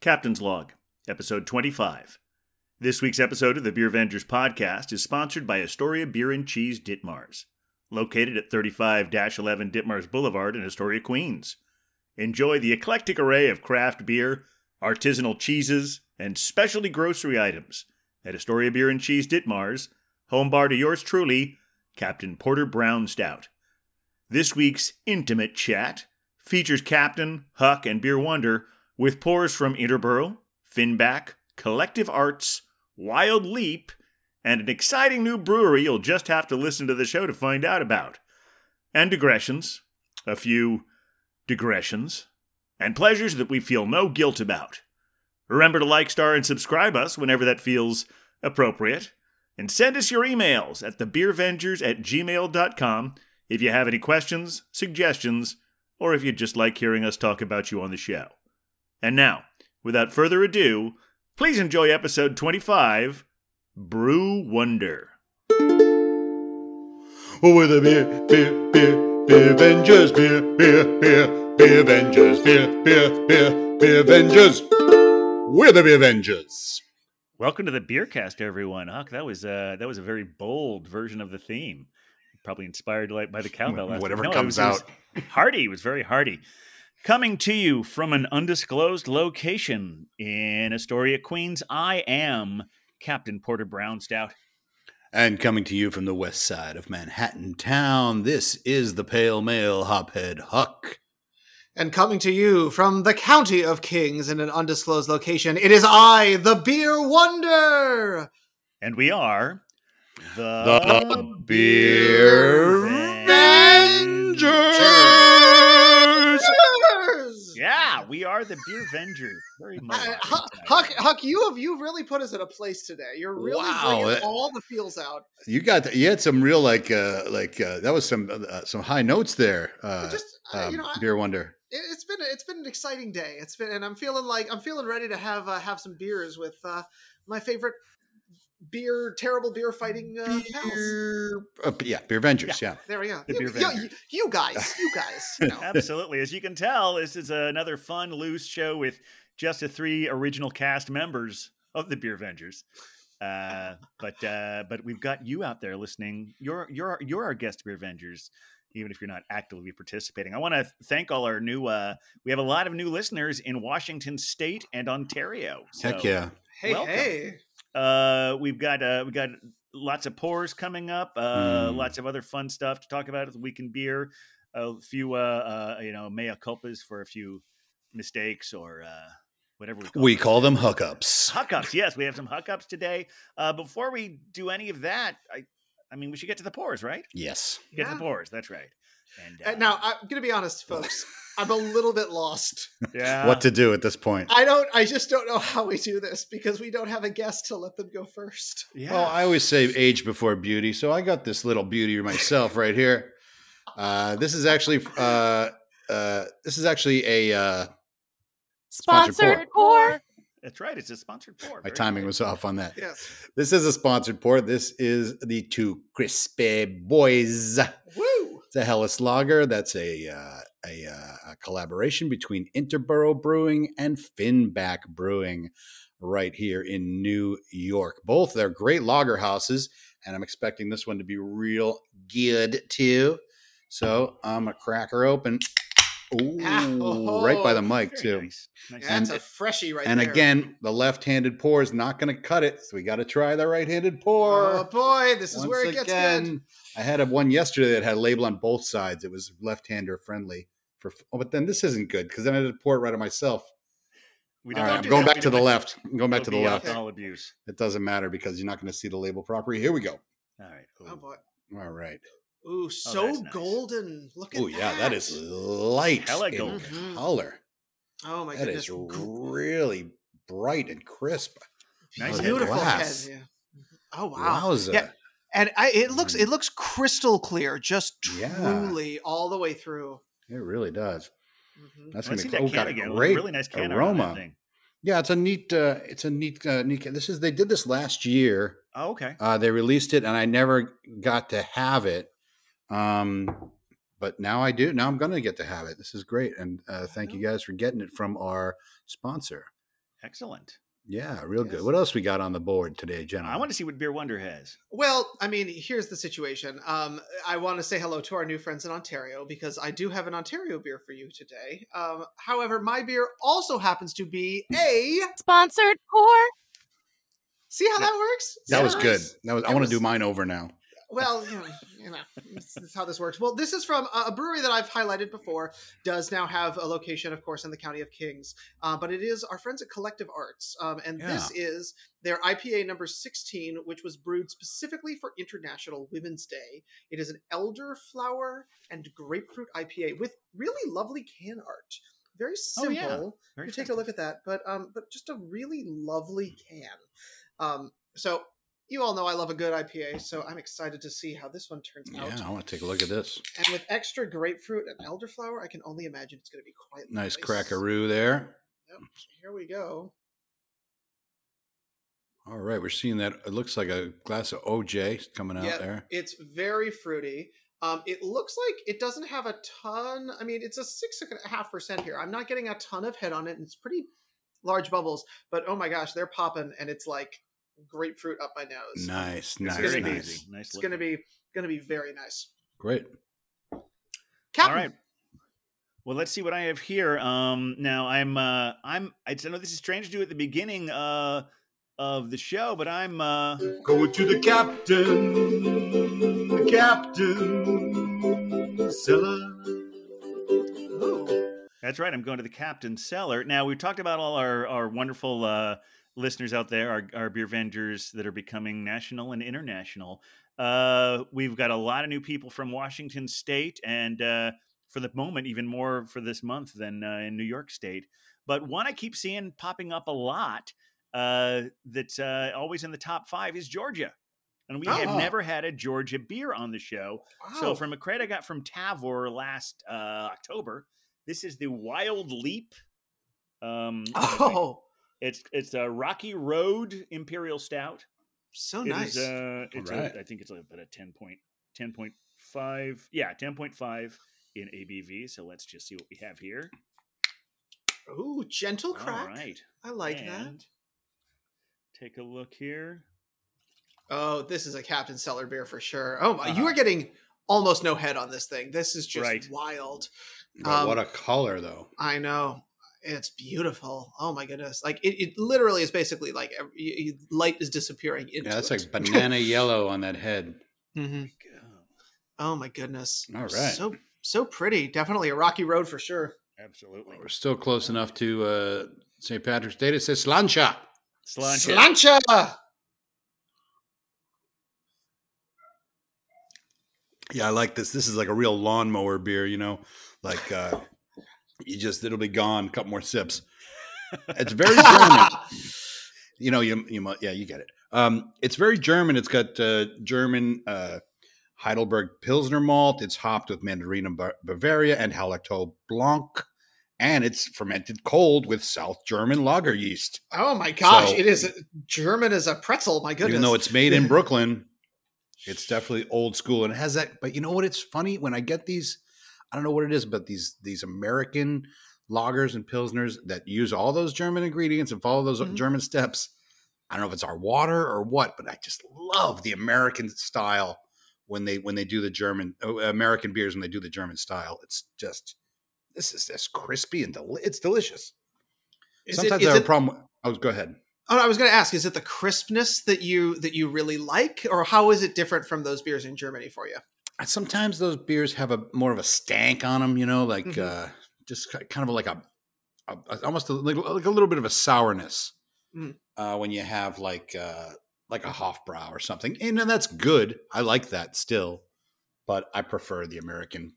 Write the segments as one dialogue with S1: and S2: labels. S1: Captain's Log, Episode 25. This week's episode of the Beer Avengers podcast is sponsored by Astoria Beer and Cheese Ditmars, located at 35 11 Ditmars Boulevard in Astoria, Queens. Enjoy the eclectic array of craft beer, artisanal cheeses, and specialty grocery items at Astoria Beer and Cheese Ditmars, home bar to yours truly, Captain Porter Brown Stout. This week's Intimate Chat features Captain, Huck, and Beer Wonder with pours from Interborough, Finback, Collective Arts, Wild Leap, and an exciting new brewery you'll just have to listen to the show to find out about. And digressions, a few digressions, and pleasures that we feel no guilt about. Remember to like, star, and subscribe us whenever that feels appropriate. And send us your emails at thebeervengers at gmail.com if you have any questions, suggestions, or if you'd just like hearing us talk about you on the show. And now, without further ado, please enjoy episode 25 Brew Wonder.
S2: Oh, we're the beer, beer, beer, beer Avengers, beer, beer, beer, beer Avengers, beer, beer, beer, beer Avengers. We're the beer Avengers.
S1: Welcome to the Beercast, everyone. Huck, that was uh, that was a very bold version of the theme, probably inspired like by the cowbell. last
S2: Whatever
S1: week. No, it
S2: comes
S1: was- it was
S2: out.
S1: Hardy it was very hearty. Coming to you from an undisclosed location in Astoria, Queens. I am Captain Porter Brown Stout.
S2: And coming to you from the west side of Manhattan town, this is the Pale Male Hophead Huck.
S3: And coming to you from the county of Kings in an undisclosed location, it is I, the Beer Wonder.
S1: and we are
S2: The Beer Avengers!
S1: Yeah, we are the Beer Vengers. Very much.
S3: I- Huck, Uh, Huck, Huck, you have you really put us in a place today. You're really
S2: Wow,
S3: bringing
S2: that-
S3: all the feels out.
S2: You got you had some real like uh like uh, that was some uh, some high notes there. Uh,
S3: Just uh,
S2: um,
S3: you know, I-
S2: beer wonder.
S3: it, it's been it's been an exciting day. It's been and I'm feeling like I'm feeling ready to have uh, have some beers with uh, my favorite beer terrible beer fighting uh, pals.
S2: Beer, uh, yeah, beer Avengers. yeah.
S3: There we go.
S1: The
S3: you,
S1: Beer
S3: you-
S1: Vengers.
S3: you guys, you guys. You know.
S1: Absolutely. As you can tell, this is another fun, loose show with just the three original cast members of the Beer Vengers. Uh, but uh, but we've got you out there listening. You're you're you're our guest Beer Vengers, even if you're not actively participating. I want to thank all our new. Uh, we have a lot of new listeners in Washington State and Ontario.
S2: Heck
S1: so-
S2: yeah.
S3: Hey,
S1: Welcome.
S3: hey.
S1: Uh, we've got uh, we got lots of pours coming up. Uh,
S2: Mm.
S1: lots of other fun stuff to talk about at the weekend beer. A few uh, uh you know mea culpas for a few mistakes or uh whatever we call
S2: We
S1: them.
S2: call them hookups.
S1: hookups. Yes, we have some hookups today. Uh, before we do any of that, I I mean we should get to the pours, right?
S2: Yes.
S1: Get to
S3: Yeah.
S1: the pours. That's right. And
S3: Uh, Now I'm gonna be honest, folks. I'm a little bit lost.
S1: yeah,
S2: what to do at this point?
S3: I don't. I just don't know how we do this because we don't have a guest to let them go first.
S1: yeah.
S2: Well, I always say age before beauty, so I got this little beauty myself right here. Uh, this is actually uh, uh, this is actually a uh, Sponsored
S4: Sponsored pour.
S1: that's right. It's a sponsored pour.
S2: my
S1: Very
S2: timing
S1: good.
S2: was off on that.
S3: Yes.
S2: This is a sponsored pour. This is the two crispy boys. It's
S3: Woo.
S2: a Hellas Lager. That's a uh, a, uh, a collaboration between Interborough Brewing and Finback Brewing, right here in New York. Both they're great lager houses, and I'm expecting this one to be real good too. So I'm a cracker open. Ooh, right by the mic
S1: Very
S2: too.
S1: nice. Nice.
S3: That's
S2: And-
S3: a freshie right
S2: And
S3: there.
S2: again, the left-handed pour is not going to cut it, so we got to try the right-handed pour.
S3: oh boy, this is
S2: Once
S3: where it gets good.
S2: I had a one yesterday that had a label on both sides. It was left-hander friendly. For oh, but then this isn't good because then I had to pour it right on myself.
S1: We
S2: All
S1: don't
S2: right,
S1: have
S2: I'm
S1: do
S2: going
S1: that.
S2: back
S1: We
S2: to the
S1: don't-
S2: left. I'm going back to
S1: it'll
S2: the
S1: be
S2: left.
S1: Alcohol abuse.
S2: It doesn't matter because you're not going to see the label properly. Here we go.
S1: All right.
S3: Oh boy.
S2: All right.
S3: Ooh, so
S1: that's nice.
S3: golden. Look at
S2: Oh yeah, that is
S3: that.
S2: light
S1: Hella
S2: in
S1: golden.
S3: Mhm.
S2: color.
S3: Oh my
S2: That
S3: goodness.
S2: is
S3: Gr-
S2: really bright and crisp.
S1: Nice
S2: and
S3: Beautiful
S2: glass.
S3: head. yeah. Oh wow.
S2: Wowza.
S3: Yeah. And I, it looks
S2: Mm.
S3: it looks crystal clear, just
S2: Yeah.
S3: truly all the way through.
S2: It really does.
S3: Mhm.
S2: That's
S1: Let's
S2: gonna
S1: see
S2: be
S1: that
S2: oh,
S1: can
S2: got a
S1: again.
S2: great
S1: really nice can art on that
S2: aroma.
S1: thing.
S2: Yeah, it's a neat. Uh, it's a neat. Uh, neat. This is they did this last year.
S1: Oh, okay.
S2: Uh, they released it, and I never got to have it. Um, but now I do. Now I'm gonna get to have it. This is great, and uh, thank you guys for getting it from our sponsor.
S1: Excellent.
S2: Yeah, real
S3: Yes.
S2: good. What else we got on the board today, gentlemen?
S1: I want to see what Beer Wonder has.
S3: Well, I mean, here's the situation. Um, I want to say hello to our new friends in Ontario because I do have an Ontario beer for you today. Um, however, my beer also happens to be a.
S4: Sponsored or
S3: See how that works?
S2: that was
S3: Nice.
S2: good. That was, I
S3: It
S2: want to
S3: was-
S2: do mine over now.
S3: Well, you know, you know this is how this works. Well, this is from a a brewery that I've highlighted before. Does now have a location, of course, in the county of Kings, uh, but it is our friends at Collective Arts, um, and this is their IPA number sixteen, which was brewed specifically for International Women's Day. It is an elderflower and grapefruit IPA with really lovely can art. Very
S1: Oh,
S3: simple
S1: yeah. Very
S3: you take a look at that but um but just a really lovely can um so you all know i love a good ipa so i'm excited to see how this one turns
S2: Yeah,
S3: out
S2: I want to take a look at this.
S3: and with extra grapefruit and elderflower i can only imagine it's going to be quite
S2: Nice crackaroo there.
S3: here we go
S2: All right, we're seeing that. It looks like a glass of OJ coming out
S3: Yeah.
S2: there.
S3: it's very fruity um, it looks like it doesn't have a ton i mean it's a six and a half percent here i'm not getting a ton of head on it and it's pretty large bubbles but oh my gosh they're popping and it's like grapefruit up my nose
S2: Nice,
S1: It's
S2: nice,
S1: very
S2: nice.
S1: easy. Nice
S3: it's going to
S1: looking.
S3: be going to be very nice.
S2: Great.
S1: All
S3: Captain,
S1: right. Well, let's see what I have here. Um, now I'm uh, I'm I know this is strange to do at the beginning uh, of the show, but I'm uh,
S5: Going to the captain, the captain, cellar.
S1: That's right. I'm going to the Captain's Cellar. Now, we've talked about all our, our wonderful uh, listeners out there, our, our beer vendors that are becoming national and international. Uh, we've got a lot of new people from Washington State, and uh, for the moment, even more for this month than uh, in New York State. But one I keep seeing popping up a lot uh, that's uh, always in the top five is Georgia. And we have
S2: Oh.
S1: never had a Georgia beer on the show. So
S3: Wow.
S1: from a credit I got from Tavor last uh, October, this is the Wild Leap. Um,
S3: oh,
S1: it's it's a Rocky Road Imperial Stout.
S3: so
S1: It is,
S3: Oh, nice.
S1: uh, it's a-
S2: Alright.
S1: I think it's about a 10 point, 10.5. Yeah, 10.5 in ABV. So let's just see what we have here.
S3: Ooh, gentle crack.
S1: All right.
S3: I like that.
S1: And Take a look here.
S3: Oh, this is a Captain Cellar beer for sure. Oh my, you
S1: Uh-huh.
S3: are getting almost no head on this thing. This is just
S1: Right.
S3: wild.
S2: But
S3: Um,
S2: what a color, though.
S3: I know. It's beautiful. Oh my goodness! Like it, it literally is basically like ev- y- y- light is disappearing into.
S2: Yeah, that's
S3: it.
S2: like banana yellow on that head.
S3: Mhm.
S1: Go.
S3: Oh my goodness!
S2: All right.
S3: So so pretty. Definitely a rocky road for sure.
S1: Absolutely.
S2: We're still close enough to uh, St. Patrick's Day to say slancha.
S1: Slancha.
S3: Slancha!
S2: Yeah, I like this. This is like a real lawnmower beer, you know? Like, uh, you just, it'll be gone. A couple more sips. It's very German. you know, you, you mu yeah, you get it. Um, it's very German. It's got uh, German uh, Heidelberg Pilsner malt. It's hopped with Mandarina Ba- Bavaria and Hallertau Blanc. And it's fermented cold with South German lager yeast.
S3: Oh my gosh!
S2: So-
S3: it is German as a pretzel. My goodness!
S2: Even though it's made in Brooklyn, it's definitely old school and it has that. But you know what? It's funny when I get these. I don't know what it is, but these these American lagers and pilsners that use all those German ingredients and follow those
S3: Mhm.
S2: German steps. I don't know if it's our water or what, but I just love the American style when they when they do the German oh, American beers when they do the German style. It's just this is just crispy and deli- it's delicious.
S3: Is it-
S2: Sometimes
S3: is
S2: I have
S3: it-
S2: a problem. with- Oh, go ahead.
S3: Oh, I was going to ask: Is it the crispness that you that you really like, or how is it different from those beers in Germany for you?
S2: I- sometimes those beers have a more of a stank on them, you know, like
S3: Mhm.
S2: uh, just ki- kind of like a, a, a- almost a, like, like a little bit of a sourness
S3: Mm.
S2: uh, when you have like uh, like a Hofbrau or something. And then that's good. I like that still, but I prefer the American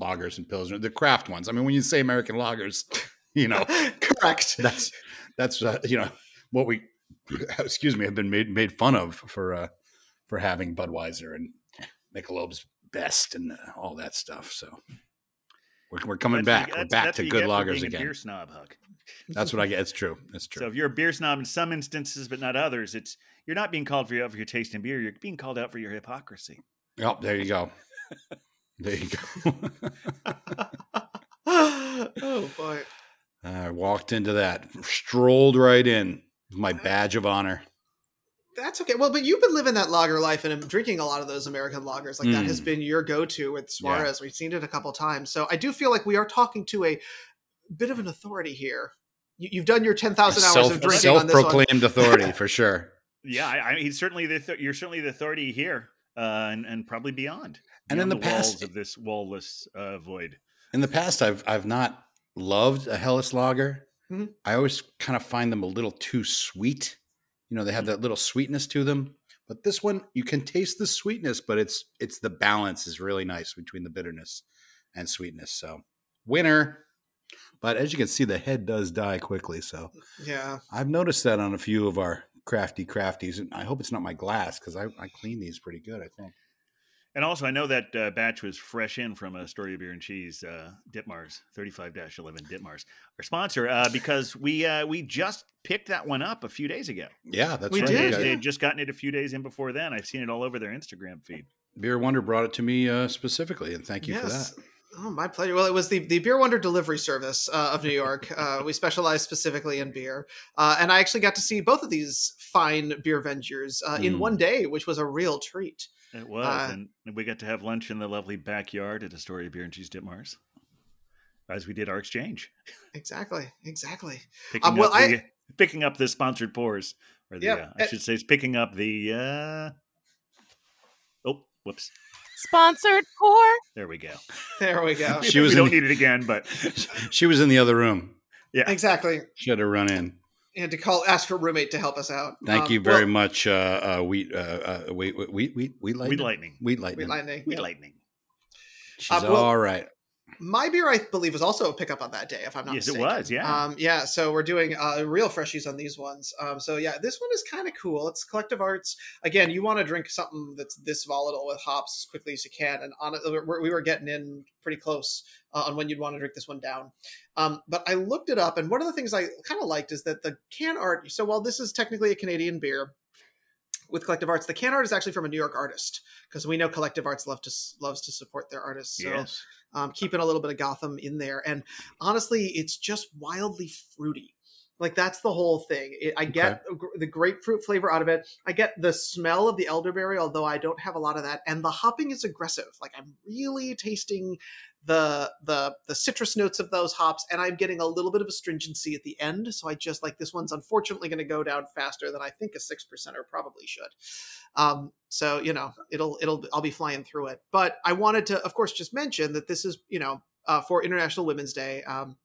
S2: lagers and pilsner, the craft ones. I mean, when you say American lagers, you know,
S3: correct.
S2: that's that's uh, you know what we excuse me have been made made fun of for uh for having Budweiser and Michelob's best and uh, all that stuff. So we're, we're coming
S1: That's what
S2: back.
S1: you-
S2: we're
S1: that's-
S2: back
S1: that's
S2: to
S1: what you
S2: good
S1: get for
S2: loggers
S1: being a
S2: again.
S1: Beer snob, Huck.
S2: That's what I get. It's true. It's true.
S1: So if you're a beer snob in some instances, but not others, it's you're not being called for your, for your taste in beer. You're being called out for your hypocrisy.
S2: oh, there you go. There you go.
S3: oh boy!
S2: I walked into that, strolled right in, my badge of honor.
S3: That's okay. Well, but you've been living that lager life and I'm drinking a lot of those American lagers. Like that
S2: Mm.
S3: has been your go-to with
S2: Yeah.
S3: Suarez. We've seen it a couple times. So I do feel like we are talking to a bit of an authority here. You, you've done your 10,000 hours of
S2: Self,
S3: drinking on this one.
S2: self-proclaimed authority for sure.
S1: Yeah, I, I, he's certainly the th- you're certainly the authority here, uh, and and probably beyond.
S2: And in
S1: beyond
S2: the past-
S1: walls of this wallless uh, void.
S2: In the past, I've I've not loved a Hellas lager.
S3: Mhm.
S2: I always kind of find them a little too sweet. You know, they
S3: Mm.
S2: have that little sweetness to them. But this one, you can taste the sweetness, but it's it's the balance is really nice between the bitterness and sweetness. So winner. But as you can see, the head does die quickly. So
S3: Yeah.
S2: I've noticed that on a few of our crafty crafties, and I hope it's not my glass because I, I clean these pretty good. I think.
S1: And also, I know that uh, batch was fresh in from a story of beer and cheese, uh, Ditmars, 35-11 Ditmars, our sponsor, uh, because we uh, we just picked that one up a few days ago.
S2: Yeah, that's
S3: We
S2: right.
S1: They-
S3: did,
S2: You guys-
S1: They had just gotten it a few days in before then. I've seen it all over their Instagram feed.
S2: Beer Wonder brought it to me uh, specifically, and thank you for that.
S3: Oh, my pleasure. Well, it was the, the Beer Wonder Delivery Service uh, of New York. Uh, we specialize specifically in beer. Uh, and I actually got to see both of these fine beer ventures uh, in
S2: Mm.
S3: one day, which was a real treat.
S1: It was,
S3: Uh,
S1: and we got to have lunch in the lovely backyard at Astoria Beer and Cheese Ditmars, as we did our exchange,
S2: Uh,
S3: Exactly. Exactly.
S1: picking
S3: well,
S1: up
S3: I-
S1: the, picking up the sponsored pours, or the
S3: Yeah,
S1: uh, I
S2: eh
S3: uh,
S1: should say, it's picking up the. Uh, oh, whoops!
S4: Sponsored pour.
S1: There we go.
S3: There we go.
S2: Oh, She
S1: we
S2: was in
S1: don't
S2: the-
S1: need it again, but
S2: she was in the other room.
S3: exactly.
S2: She had to run in.
S3: And to call, ask her roommate to help us out.
S2: Thank
S3: Um,
S2: you very
S3: well,
S2: much. Uh, uh, wheat, uh, uh, wheat, wheat, wheat, wheat, wheat
S1: we
S2: lightning.
S1: lightning,
S2: Wheat lightning.
S3: Wheat Lightning.
S1: we lightning.
S2: She's
S3: Uh, well-
S2: all right.
S3: My beer, I believe, was also a pickup on that day, if I'm not
S1: Yes, it
S3: mistaken.
S1: was, yeah.
S3: Um, yeah, so we're doing uh, real freshies on these ones. Um, so, yeah, this one is kind of cool. It's Collective Arts. Again, you want to drink something that's this volatile with hops as quickly as you can. And on, we're, we were getting in pretty close uh, on when you'd want to drink this one down. Um, but I looked it up, and one of the things I kind of liked is that the can art. So, while this is technically a Canadian beer, with Collective Arts, the can art is actually from a New York artist because we know Collective Arts love to s- loves to support their artists. So
S1: yes,
S3: um, keeping a little bit of Gotham in there. And honestly, it's just wildly fruity. Like that's the whole thing. It, I get gr- the grapefruit flavor out of it. I get the smell of the elderberry, although I don't have a lot of that. And the hopping is aggressive. Like I'm really tasting the the the citrus notes of those hops, and I'm getting a little bit of astringency at the end. So I just like this one's unfortunately going to go down faster than I think a six percenter probably should. Um, so you know, it'll it'll I'll be flying through it. But I wanted to, of course, just mention that this is you know uh, for International Women's Day, um,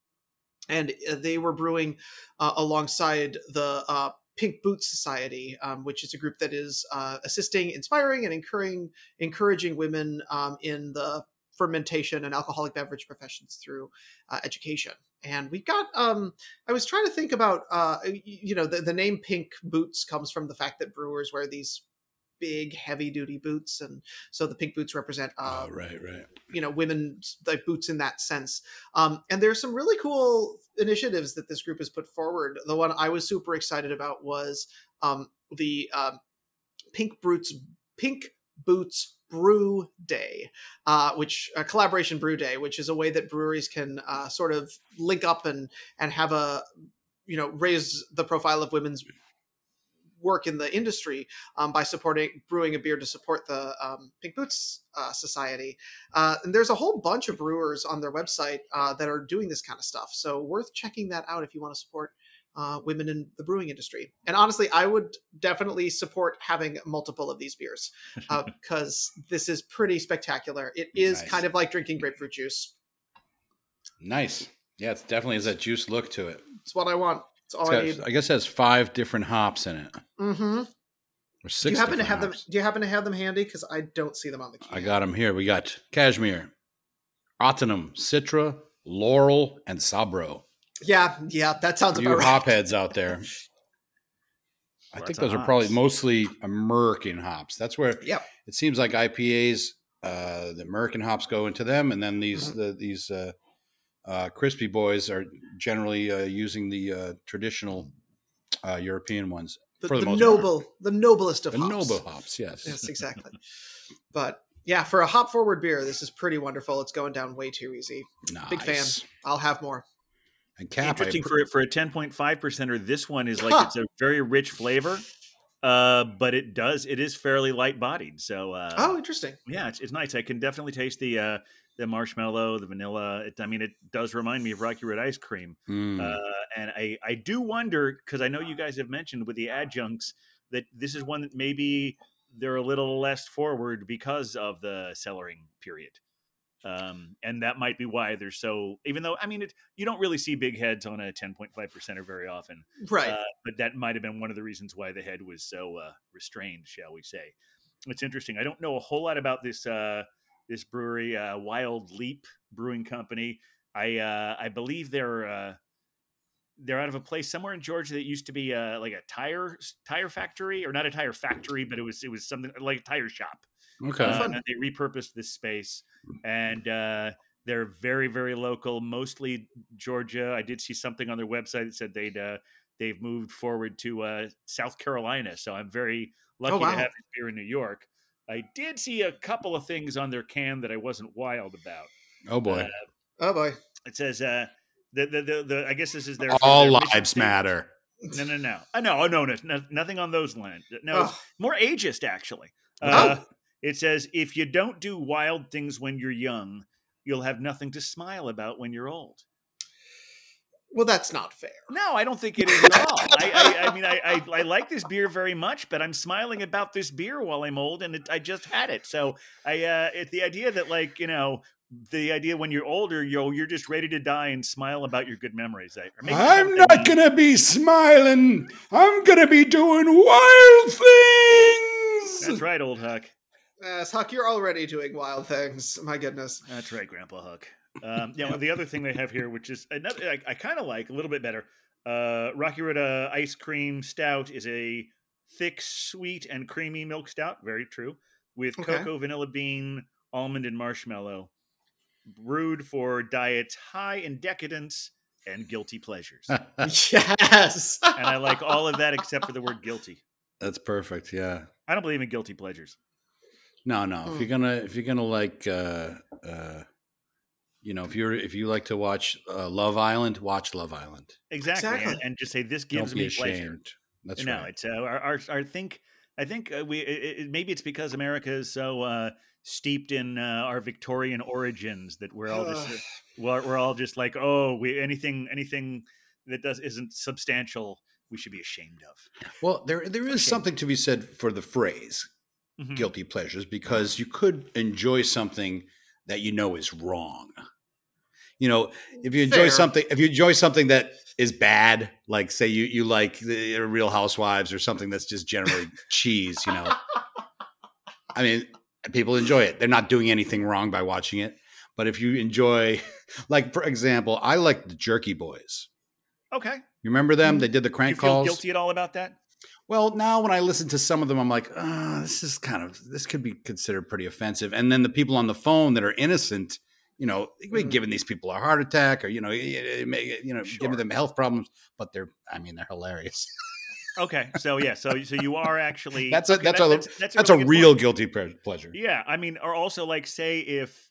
S3: and uh, they were brewing uh, alongside the uh, Pink Boots Society, um, which is a group that is uh, assisting, inspiring, and encouraging encouraging women um, in the fermentation and alcoholic beverage professions through uh, education. And we got, um, I was trying to think about, uh, y- you know, the, the name Pink Boots comes from the fact that brewers wear these big, heavy duty boots. And so the pink boots represent uh,
S2: oh, right, right.
S3: you know women's like boots in that sense um, and there's some really cool initiatives that this group has put forward the one i was super excited about was um, the um, pink boots pink boots brew day uh, which uh, collaboration brew day which is a way that breweries can uh, sort of link up and and have a you know raise the profile of women's work in the industry um, by supporting brewing a beer to support the um, pink boots uh, society uh, and there's a whole bunch of brewers on their website uh, that are doing this kind of stuff. So worth checking that out if you want to support uh, women in the brewing industry. And honestly, I would definitely support having multiple of these beers uh, because this is pretty spectacular. It is
S2: Nice.
S3: kind of like drinking grapefruit juice.
S2: Nice. Yeah, it's definitely has that juice look to it.
S3: It's what I want. It's all
S2: It's
S3: I
S2: got-
S3: need.
S2: I guess it has five different hops in it,
S3: hmm
S2: or
S3: Do
S2: six.
S3: you happen to
S2: different
S3: have them?
S2: hops.
S3: Do you happen to have them handy? Because I don't see them on the key.
S2: I got them here. We got cashmere, autumn, citra, laurel, and sabro.
S3: Yeah, yeah, that sounds
S2: you
S3: about right.
S2: hopheads out there. I
S1: Lots
S2: think
S1: of
S2: those are probably
S1: hops.
S2: mostly American hops. That's where
S3: Yep.
S2: it seems like IPAs, uh, the American hops go into them, and then these
S3: Mm-hmm.
S2: the, these uh, uh, crispy boys are generally uh, using the uh, traditional uh, European ones.
S3: The,
S2: for the
S3: the
S2: most part.
S3: noble, the noblest of
S2: The
S3: hops.
S2: noble hops, yes.
S3: yes, exactly. but yeah, for a hop forward beer, this is pretty wonderful. It's going down way too easy. Big fan.
S2: Nice.
S3: I'll have more.
S2: And Cap, I
S1: Interesting for
S2: appro-
S1: for a ten point five percenter. This one is like it's a very rich flavor, uh, but it does it is fairly light bodied. So uh,
S3: oh, interesting.
S1: yeah, it's, it's nice. I can definitely taste the uh, the marshmallow, the vanilla. It, I mean, it does remind me of Rocky Road ice cream.
S2: Mm.
S1: Uh, and I, I do wonder because I know you guys have mentioned with the adjuncts that this is one that maybe they're a little less forward because of the cellaring period. Um, and that might be why they're so. Even though I mean, it you don't really see big heads on a ten point five percenter very often,
S3: Right.
S1: uh, but that might have been one of the reasons why the head was so uh, restrained, shall we say? It's interesting. I don't know a whole lot about this uh, this brewery, uh, Wild Leap Brewing Company. I uh, I believe they're uh, they're out of a place somewhere in Georgia that used to be uh, like a tire tire factory, or not a tire factory, but it was it was something like a tire shop.
S2: okay.
S1: Uh,
S3: Fun.
S1: and they repurposed this space, and uh, they're very, very local, mostly Georgia. I did see something on their website that said they'd uh, they've moved forward to uh, South Carolina. So I'm very
S2: Oh,
S1: lucky
S3: wow.
S1: to have it here in New York. I did see a couple of things on their can that I wasn't wild about.
S2: oh boy.
S1: uh,
S3: oh boy.
S1: It says uh, the, the the the I guess this is their
S2: All
S1: their mission
S2: lives
S1: statement.
S2: matter.
S1: No, no, no. Uh, no, no, no, no, nothing on those lines. No,
S3: Ugh.
S1: more ageist actually. Uh, It says if you don't do wild things when you're young, you'll have nothing to smile about when you're old.
S3: Well, that's not fair.
S1: No, I don't think it is at all. I, I, I mean, I, I, I like this beer very much, but I'm smiling about this beer while I'm old, and it, I just had it. So I, uh, it's the idea that like you know. The idea when you're older, yo, you're just ready to die and smile about your good memories. I- or maybe
S5: I'm
S1: something-
S5: not gonna be smiling. I'm gonna be doing wild
S1: That's
S5: things.
S1: right, old Huck.
S3: Yes, Huck, you're already doing wild things. My goodness.
S1: That's right, Grandpa Hook. Um, yeah, well, the other thing they have here, which is another, I, I kind of like a little bit better. Uh, Rocky Road uh, ice cream stout is a thick, sweet, and creamy milk stout. Very true, with
S3: Okay.
S1: cocoa, vanilla bean, almond, and marshmallow. Brewed for diets high in decadence and guilty pleasures, and
S3: yes.
S1: I like all of that except for the word guilty.
S2: That's perfect. Yeah.
S1: I don't believe in guilty pleasures.
S2: No, no.
S3: Hmm.
S2: If you're gonna, if you're gonna like, uh, uh, you know, if you're, if you like to watch uh, Love Island, watch Love Island.
S1: Exactly, and-
S3: Exactly.
S1: and just say this gives
S2: Don't be
S1: me pleasure.
S2: ashamed. That's
S1: no,
S2: right.
S1: it's uh, our, our our think. I think uh, we it, it- maybe it's because America is so uh, steeped in uh, our Victorian origins that we're all just uh, we're, we're all just like oh we anything anything that does isn't substantial we should be ashamed of.
S2: Well, there, there is something to be said for the phrase
S1: Mhm.
S2: guilty pleasures because you could enjoy something that you know is wrong. You know, if you enjoy
S3: Fair.
S2: something, if you enjoy something that is bad, like say you you like the Real Housewives or something that's just generally cheese, you know. I mean, people enjoy it. They're not doing anything wrong by watching it. But if you enjoy, like for example, I like the Jerky Boys.
S1: Okay,
S2: You remember them? They did the
S1: Hmm. you
S2: crank
S1: feel
S2: calls.
S1: guilty at all about that?
S2: Well, now when I listen to some of them, I'm like, ah, this is kind of this could be considered pretty offensive. And then the people on the phone that are innocent, you know, they could be
S3: Mhm.
S1: Mm-hmm.
S2: giving these people a heart attack or you know, it- it may- you know,
S1: Sure.
S2: giving them health problems. But they're, I mean, they're hilarious.
S1: Okay, so yeah, so so you are actually
S2: That's a-
S1: okay,
S2: that's
S1: that-
S2: a- That's
S1: really
S2: a
S1: good
S2: real
S1: point.
S2: guilty ple- pleasure.
S1: Yeah, I mean, or also like say if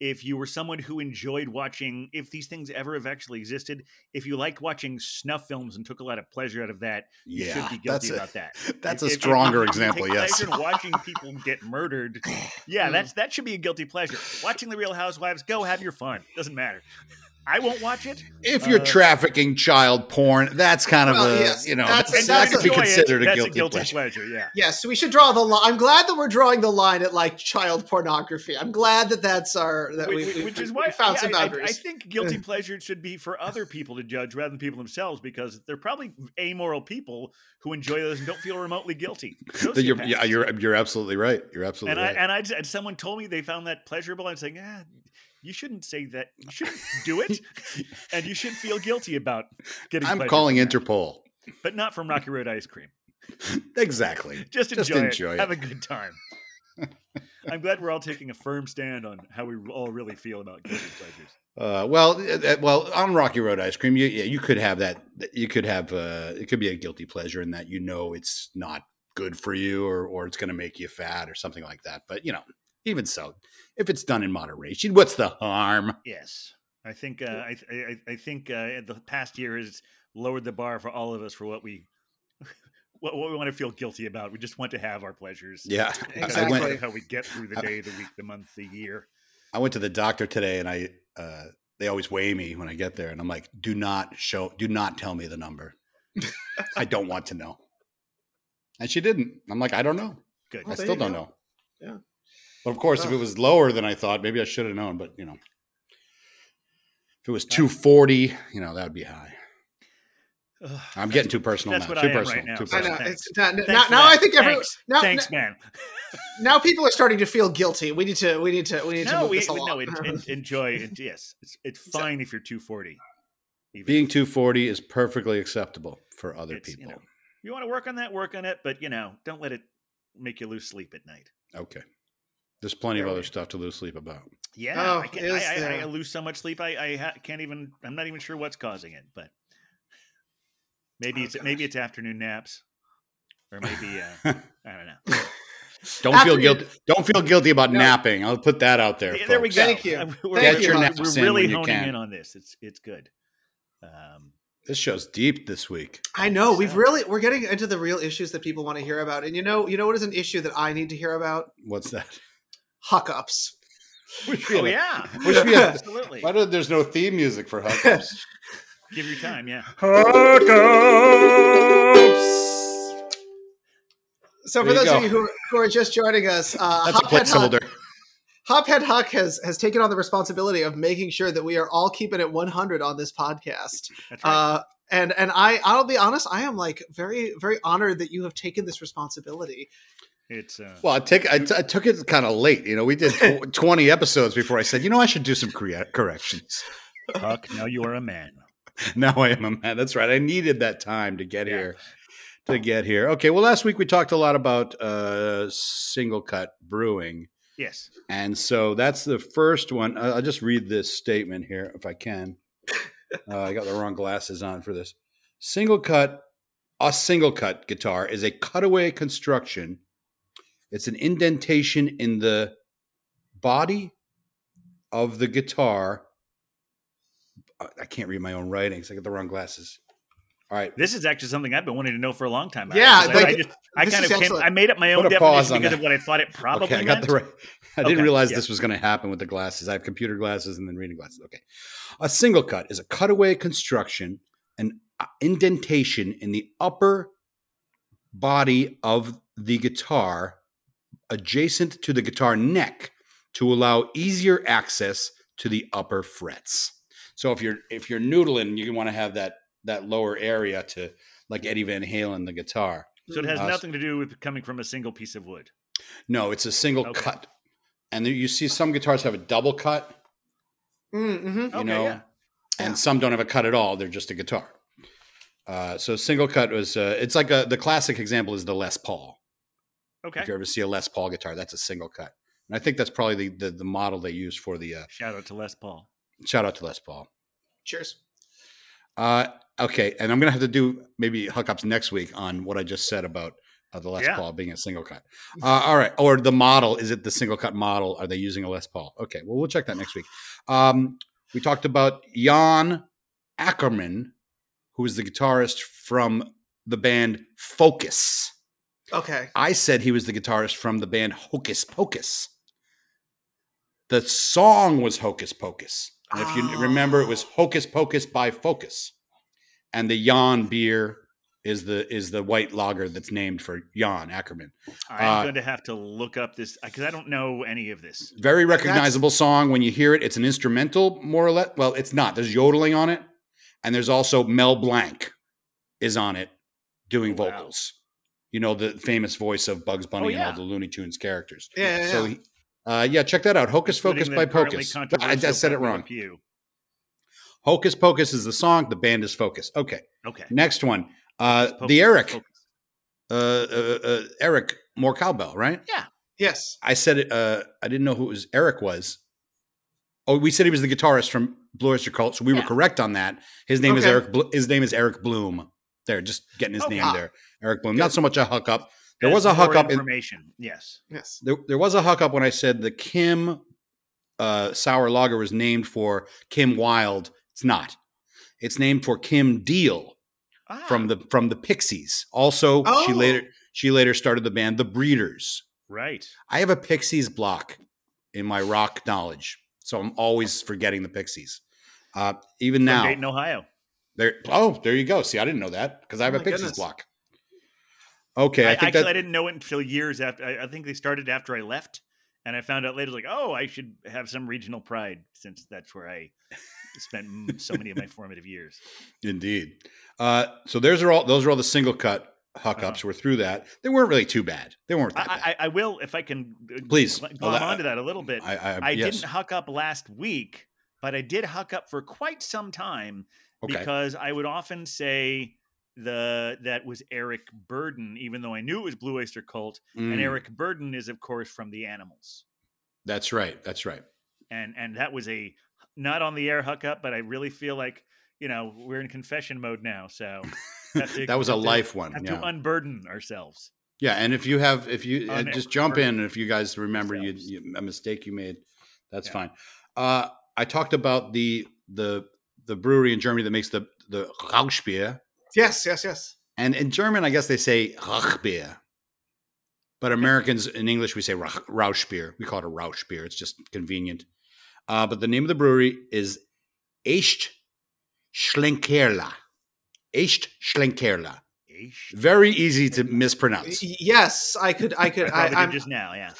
S1: if you were someone who enjoyed watching, if these things ever have actually existed, if you liked watching snuff films and took a lot of pleasure out of that, you
S2: Yeah,
S1: should be
S2: that's
S1: guilty
S2: a-
S1: about that.
S2: That's
S1: If- if-
S2: a
S1: if
S2: stronger
S1: you take
S2: example. Yes. Mm-hmm.
S1: pleasure in watching people get murdered. Yeah, that's that should be a guilty pleasure. Watching the Real Housewives, go have your fun. Doesn't matter. I won't watch it.
S2: If you're
S1: Uh,
S2: trafficking child porn, that's kind of
S3: Well,
S2: a
S3: yes,
S2: you know
S3: that's-
S2: that's,
S1: And
S2: that
S3: that's
S2: could be
S1: enjoy it,
S2: considered a
S1: that's
S2: guilty,
S1: a guilty
S2: pleasure.
S1: pleasure. Yeah.
S3: Yes, we should draw the line. I'm glad that we're drawing the line at like child pornography. I'm glad that that's our that we,
S1: Wh-
S3: we-
S1: which
S3: we-
S1: is
S3: we
S1: why
S3: found
S1: yeah,
S3: some
S1: I- I-
S3: boundaries.
S1: I, think guilty pleasure should be for other people to judge rather than people themselves because they're probably amoral people who enjoy those and don't feel remotely guilty.
S2: That You're, yeah,
S1: Sociopaths.
S2: you're you're absolutely right. You're
S1: and
S2: absolutely
S1: I
S2: right.
S1: and I and someone told me they found that pleasurable. I'm saying, yeah, you shouldn't say that. You shouldn't do it, and you should feel guilty about getting.
S2: I'm
S1: pleasure
S2: calling
S1: from that,
S2: Interpol.
S1: but not from Rocky Road ice cream.
S2: Exactly.
S1: Just enjoy,
S2: Just enjoy
S1: it.
S2: it.
S1: Have a good time. I'm glad we're all taking a firm stand on how we all really feel about guilty pleasures.
S2: Uh, well, uh, uh, well, on Rocky Road ice cream, you yeah, you could have that. You could have uh, it could be a guilty pleasure in that you know it's not good for you or or it's going to make you fat or something like that. But you know, even so, if it's done in moderation, what's the harm?
S1: Yes. I think uh, I, I I think uh, the past year has lowered the bar for all of us for what we what, what we want to feel guilty about. We just want to have our pleasures.
S2: Yeah,
S1: Exactly.
S2: I went.
S3: Exactly.
S1: how we get through the day, the week, the month, the year.
S2: I went to the doctor today, and I uh, they always weigh me when I get there, and I'm like, do not show, do not tell me the number. I don't want to know. And she didn't. I'm like, I don't know.
S1: Good.
S3: Well,
S2: I
S3: there
S2: still
S3: you
S2: don't
S3: go.
S2: know.
S3: Yeah.
S2: But of course, if it
S3: Ugh.
S2: was lower than I thought, maybe I should have known. But you know, if it was 240, you know, that would be high.
S1: Ugh,
S2: I'm
S1: that's-
S2: getting too personal
S1: that's
S2: now.
S1: what
S2: Too
S1: I am right
S2: personal.
S1: now.
S2: Too
S3: I
S2: personal.
S3: know.
S1: Thanks.
S3: It's not, now,
S1: Thanks for
S3: uh, now
S1: that.
S3: I think everyone,
S1: Thanks,
S3: now,
S1: Thanks, man.
S3: now people are starting to feel guilty. We need to we need to we need to
S1: No,
S3: move
S1: we
S3: this along.
S1: no en- en- enjoy. it. Yes, it's it's fine if you're 240. Even
S2: Being 240 is perfectly acceptable for other
S1: It's, you
S2: people.
S1: know. you want to work on that, work on it, but you know, don't let it make you lose sleep at night.
S2: Okay. There's plenty of
S3: There
S2: other
S3: we-
S2: stuff to lose sleep about.
S1: Yeah,
S3: Oh,
S1: I, can't,
S3: is
S1: I, I, I
S3: there-
S1: lose so much sleep. I, I ha- can't even. I'm not even sure what's causing it, but maybe
S3: Oh,
S1: it's maybe it's afternoon naps, or maybe uh, I don't know.
S2: Don't
S3: After
S2: feel
S3: you-
S2: guilty. Don't feel guilty about
S3: No.
S2: napping. I'll put that out there.
S1: Yeah, there we
S2: folks.
S1: go.
S3: Thank you.
S1: Uh, We're,
S3: Get
S1: we're-
S3: your
S1: we're
S2: naps in
S1: really
S2: when you
S1: honing
S2: can.
S1: in on this. It's it's good. Um,
S2: This show's deep this week.
S3: I know we've
S1: So-
S3: really we're getting into the real issues that people want to hear about, and you know you know what is an issue that I need to hear about?
S2: What's that?
S3: Huck ups.
S2: Wish we
S1: oh
S2: had a-
S1: yeah,
S2: wish we had-
S1: absolutely.
S2: Why do there's no theme music for hookups?
S1: Give your time. Yeah.
S2: hookups.
S3: So
S2: There
S3: for
S2: you
S3: those
S2: go.
S3: of you who, who are just joining us, uh,
S2: That's a
S3: Hophead Huck,
S2: placeholder.
S3: Hophead Huck has has taken on the responsibility of making sure that we are all keeping it 100 on this podcast.
S1: That's right.
S3: Uh, and and I I'll be honest, I am like very very honored that you have taken this responsibility.
S1: it's uh,
S2: Well, I take I, t- I took it kind of late. You know, we did tw- 20 episodes before I said, you know, I should do some crea- corrections.
S1: Huck. Now you are a man.
S2: Now I am a man. That's right. I needed that time to get
S1: Yeah.
S2: here. To get here. Okay. Well, last week we talked a lot about uh, single cut brewing.
S1: Yes.
S2: And so that's the first one. I- I'll just read this statement here if I can. Uh, I got the wrong glasses on for this. Single cut, a single cut guitar is a cutaway construction. It's an indentation in the body of the guitar. I I can't read my own writings. I got the wrong glasses. All right.
S1: This is actually something I've been wanting to know for a long time.
S3: Yeah,
S1: actually. I,
S3: like,
S1: I, just, I
S3: this
S1: kind
S3: is
S1: of came,
S3: excellent.
S1: I made up my
S2: Put
S1: own
S2: a pause
S1: definition
S2: on
S1: because
S2: that.
S1: of what I thought it probably
S2: okay, I got
S1: meant.
S2: the right. I
S1: Okay,
S2: didn't realize
S1: yeah.
S2: this was going to happen with the glasses. I have computer glasses and then reading glasses. Okay. A single cut is a cutaway construction, an uh, indentation in the upper body of the guitar adjacent to the guitar neck to allow easier access to the upper frets. So if you're if you're noodling, you want to have that that lower area to like Eddie Van Halen the guitar.
S1: So it has
S2: Uh,
S1: nothing to do with coming from a single piece of wood.
S2: No, it's a single
S1: Okay.
S2: cut. And there, you see some guitars have a double cut,
S3: Mm-hmm.
S2: you
S1: Okay,
S2: know,
S1: yeah.
S2: and
S3: Yeah.
S2: some don't have a cut at all. They're just a guitar. Uh, so single cut was uh, it's like a the classic example is the Les Paul.
S1: Okay.
S2: If you ever see a Les Paul guitar, that's a single cut. And I think that's probably the the, the model they use for the uh,
S1: Shout out to Les Paul.
S2: shout out to Les Paul.
S3: Cheers.
S2: Uh, okay, and I'm gonna have to do maybe hookups next week on what I just said about uh, the Les
S1: Yeah.
S2: Paul being a single cut. Uh, all right, or the model is it the single cut model? Are they using a Les Paul? Okay, well we'll check that next week. Um, we talked about Jan Ackerman, who is the guitarist from the band Focus.
S3: Okay.
S2: I said he was the guitarist from the band Hocus Pocus. The song was Hocus Pocus. And if you
S3: Ah.
S2: remember, it was Hocus Pocus by Focus. And the Jan beer is the is the white lager that's named for Jan Ackerman.
S1: I'm
S2: Uh,
S1: going to have to look up this because I don't know any of this.
S2: Very recognizable song when you hear it. It's an instrumental, more or less. Well, it's not. There's yodeling on it, and there's also Mel Blanc is on it doing
S1: Oh, wow. Oh,
S2: vocals. You know the famous voice of Bugs Bunny and all
S1: yeah.
S2: the Looney Tunes characters.
S3: Yeah. yeah,
S2: So,
S3: yeah.
S2: he- uh, yeah, check that out. Hocus Focus
S1: Including
S2: by
S1: the currently
S2: Pocus. I, I
S1: controversial
S2: said it
S1: Pepe Le
S2: wrong.
S1: Pew.
S2: Hocus Pocus is the song. The band is Focus. Okay,
S1: Okay.
S2: next one. Uh,
S1: Pocus,
S2: the Eric,
S1: Pocus.
S2: uh, uh, uh, Eric more cowbell, right?
S3: yes.
S2: I said it. Uh, I didn't know who it was Eric was. Oh, we said he was the guitarist from Blue Oyster Cult, so we were
S1: Yeah.
S2: correct on that. His name is
S3: Okay.
S2: Eric. Blo- his name is Eric Bloom. There, just getting his
S1: Okay.
S2: name there. Eric Bloom. Not so much a hookup. There
S1: That's
S2: was a
S1: more
S2: hookup in
S1: Information. Yes.
S3: Yes.
S2: there, there was a hookup when I said the Kim uh, sour lager was named for Kim Wilde. It's not. It's named for Kim Deal
S1: Ah,
S2: from the from the Pixies. Also, she
S3: Oh.
S2: later she later started the band The Breeders.
S1: right.
S2: I have a Pixies block in my rock knowledge, so I'm always forgetting the Pixies. Uh, even
S1: From
S2: now,
S1: Dayton, Ohio.
S2: there. Oh, there you go. See, I didn't know that because I have
S3: Oh
S2: a
S3: my
S2: Pixies
S3: goodness.
S2: block. Okay, I,
S1: I,
S2: think
S1: actually,
S2: that,
S1: I didn't know it until years after. I, I think they started after I left, and I found out later, like, oh, I should have some regional pride since that's where I spent m- so many of my formative years.
S2: Indeed. Uh, so those are all those are all the single cut hookups. ups. We're through that. They weren't really too bad. They weren't that
S1: Uh-huh. I, I, I will, if I can, uh,
S2: Please,
S1: gl- glom
S2: allow-
S1: onto that a little bit.
S2: bad. I, I,
S1: I
S2: yes.
S1: didn't huck up last week, but I did huck up for quite some time
S2: Okay.
S1: because I would often say the that was Eric Burden, even though I knew it was Blue Oyster Cult, and
S2: Mm,
S1: Eric Burden is of course from the Animals,
S2: That's right. That's right.
S1: and and that was a not on the air huck up, but I really feel like you know we're in confession mode now, so Have to-
S2: that was a
S1: have to-
S2: life one.
S1: have
S2: Yeah.
S1: to unburden ourselves.
S2: yeah. And if you have, if you uh,
S1: Un-
S2: just jump in, if you guys remember you,
S1: Ourselves.
S2: you a mistake you made, that's
S1: Yeah.
S2: fine. Uh, I talked about the the the brewery in Germany that makes the the Rauchbier,
S3: Yes, yes, yes.
S2: and in German, I guess they say Rauchbier. But Americans in English, we say Rauch- Rauchbier. We call it a Rauchbier. It's just convenient. Uh, but the name of the brewery is Echt Schlenkerla. Echt Schlenkerla.
S1: Eesh.
S2: Very easy to
S3: Y-
S2: mispronounce.
S3: Yes, I could, I
S1: I
S3: could, I,
S1: probably
S3: I'm
S1: did just now, yeah.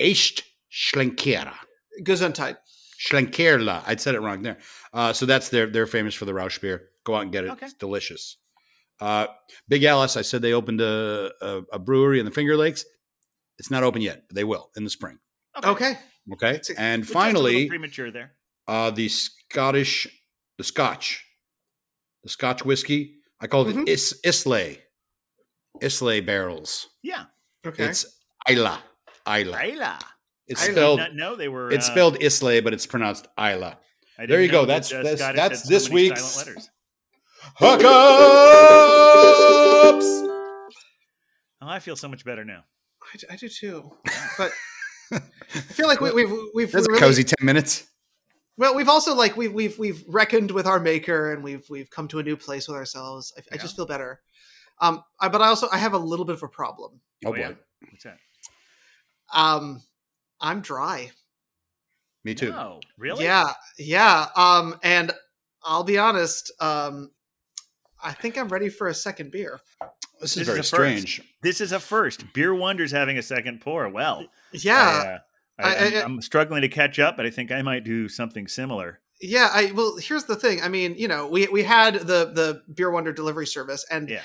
S2: Echt Schlenkerla.
S3: Gesundheit.
S2: Schlenkerla. I'd said it wrong there. Uh, so that's their they're famous for the Rausch beer. Go out and get it.
S1: Okay.
S2: It's delicious. Uh, Big Alice, I said they opened a, a, a brewery in the Finger Lakes. It's not open yet, but they will in the spring.
S3: Okay.
S2: Okay.
S3: It's-
S2: And
S1: Just a little
S2: finally,
S1: premature there.
S2: uh, the Scottish, the Scotch, the Scotch whiskey. I call it
S1: Mm-hmm.
S3: Mhm.
S2: Is- Islay, Islay barrels.
S1: Yeah,
S3: Okay.
S2: It's Isla, Isla.
S1: Ayla.
S2: It's
S3: I did
S2: spelled.
S1: I did not know they were.
S2: It's
S1: uh,
S2: spelled Islay, but it's pronounced Isla.
S1: I didn't
S2: there you
S1: know
S2: go.
S1: that,
S2: That's-
S1: uh,
S2: that's-
S1: Scottish
S2: that's
S1: had so
S2: this
S1: many silent
S2: week's-
S1: letters.
S2: Hookups.
S1: Oh, I feel so much better now.
S3: I, d- I do too, but I feel like we, we've we've
S2: That's a
S3: really-
S2: cozy ten minutes.
S3: Well, we've also like we've we've we've reckoned with our maker, and we've we've come to a new place with ourselves. I, I just feel better. Um, I, but I also I have a little bit of a problem.
S2: Oh,
S1: yeah.
S2: boy,
S1: What's that?
S3: Um, I'm dry.
S2: me too.
S3: Oh,
S1: No, really?
S3: Yeah, yeah. Um, and I'll be honest. Um, I think I'm ready for a second beer.
S2: This is
S1: This is
S2: very
S1: a first.
S2: strange.
S1: This is a first. Beer Wonders having a second pour. Well,
S3: Yeah,
S1: I, uh, I,
S3: I-
S1: am
S3: I-
S1: struggling to catch up, but I think I might do something similar.
S3: Yeah, I well, here's the thing. I mean, you know, we we had the the Beer Wonder delivery service, and
S1: Yeah.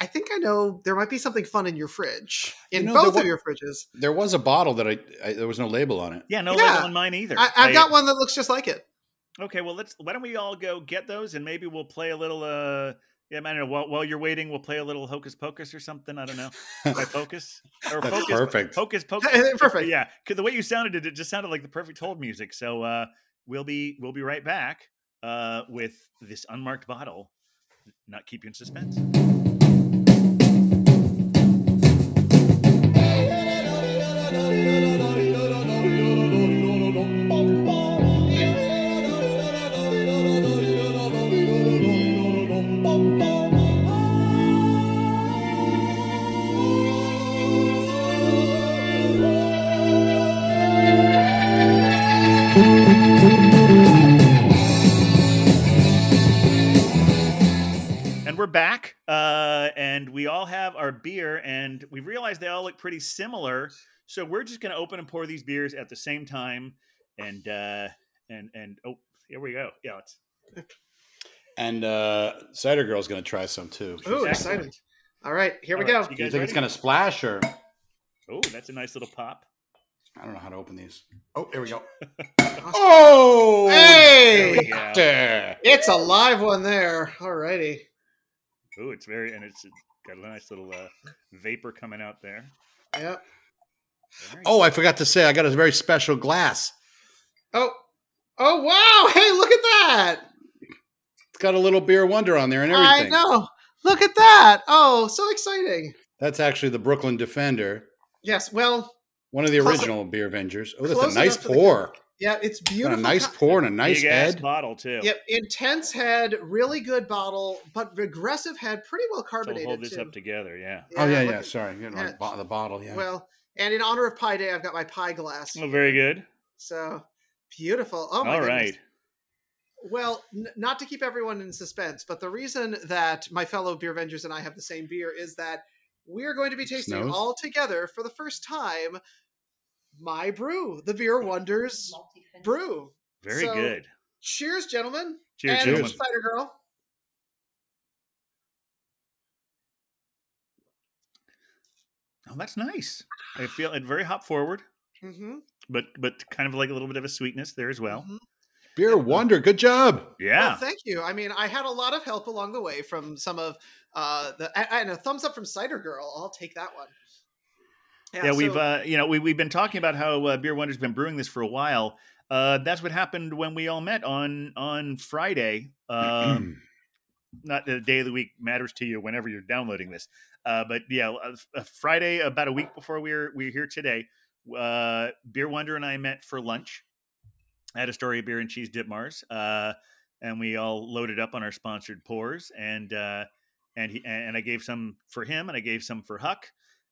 S3: I think I know there might be something fun in your fridge,
S2: You
S3: in
S2: know,
S3: both
S2: there
S3: of
S2: wa-
S3: your fridges.
S2: There was a bottle that I, I there was no label on it.
S1: Yeah, no
S3: Yeah.
S1: label on mine either.
S3: I, I've got one that looks just like it.
S1: Okay, well let's. Why don't we all go get those, and maybe we'll play a little. uh Yeah, I don't know. While, while you're waiting, we'll play a little Hocus Pocus or something. I don't know. By Focus or
S2: That's
S1: Focus.
S2: perfect.
S1: Hocus Pocus.
S3: Perfect.
S1: Yeah, 'cause the way you sounded it, it just sounded like the perfect hold music. So uh, we'll be we'll be right back uh, with this unmarked bottle. Not keep you in suspense. And we're back, uh, and we all have our beer, and we realize they all look pretty similar. So we're just going to open and pour these beers at the same time, and uh, and and oh, here we go. Yeah, it's
S2: And uh, Cider Girl's going to try some too. She's-
S3: Ooh, exciting! All right, here we
S1: All right,
S3: go.
S1: you
S2: Do you
S1: guys
S2: think
S1: ready?
S2: it's going to splash or?
S1: Oh, that's a nice little pop.
S2: I don't know how to open these. Oh, there we go.
S5: Oh!
S1: There
S3: Hey,
S1: we go.
S2: There.
S3: it's a live one there. Alrighty.
S1: Oh, it's very and it's it's got a nice little uh, vapor coming out there.
S3: Yep.
S1: Very
S2: Oh, I forgot to say, I got a very special glass.
S3: Oh, oh wow! Hey, look at that!
S2: It's got a little beer wonder on there and everything.
S3: I know. Look at that! Oh, so exciting.
S2: That's actually the Brooklyn Defender.
S3: Yes. Well,
S2: One of the
S3: Close-
S2: original Beer Avengers. Oh, that's
S3: Close
S2: a nice
S3: enough to the
S2: pour.
S3: Yeah, it's
S2: Got
S3: beautiful.
S2: a nice
S3: co-
S2: pour and a nice
S1: Big ass
S2: head.
S1: bottle too.
S3: Yep, intense head, really good bottle, but regressive head, pretty well
S1: So we'll
S3: carbonated.
S1: hold this
S3: too.
S1: up together. Yeah.
S2: oh yeah,
S3: look
S2: yeah.
S3: at-
S2: Sorry, you know,
S3: yeah.
S2: bo- the bottle. Yeah.
S3: Well, and in honor of Pie Day, I've got my pie glass.
S1: Well, very good.
S3: So beautiful. Oh my
S1: All
S3: goodness.
S1: right.
S3: Well, n- not to keep everyone in suspense, but the reason that my fellow beer vengers and I have the same beer is that we're going to be tasting
S2: Snows?
S3: all together for the first time my brew, the Beer Wonders brew.
S1: Very
S3: So-
S1: good.
S3: Cheers, gentlemen.
S1: Cheers,
S3: and
S1: gentlemen.
S3: Spider Girl.
S1: Oh, that's nice. I feel it very hop forward,
S3: Mm-hmm.
S1: but but kind of like a little bit of a sweetness there as well.
S2: Beer Wonder. Good job.
S1: Yeah.
S3: Well, thank you. I mean, I had a lot of help along the way from some of uh, the a- and a thumbs up from Cider Girl. I'll take that one.
S1: yeah, we've
S3: so-
S1: uh, you know we we've been talking about how uh, Beer Wonder's been brewing this for a while. Uh, that's what happened when we all met on on Friday. Um,
S2: Mm.
S1: not that the day of the week matters to you whenever you're downloading this, uh, but yeah, uh, uh, Friday about a week before we were we were here today. Uh, Beer Wonder and I met for lunch at Astoria Beer and Cheese Dip Mars, uh, and we all loaded up on our sponsored pours, and uh, and he and I gave some for him, and I gave some for Huck,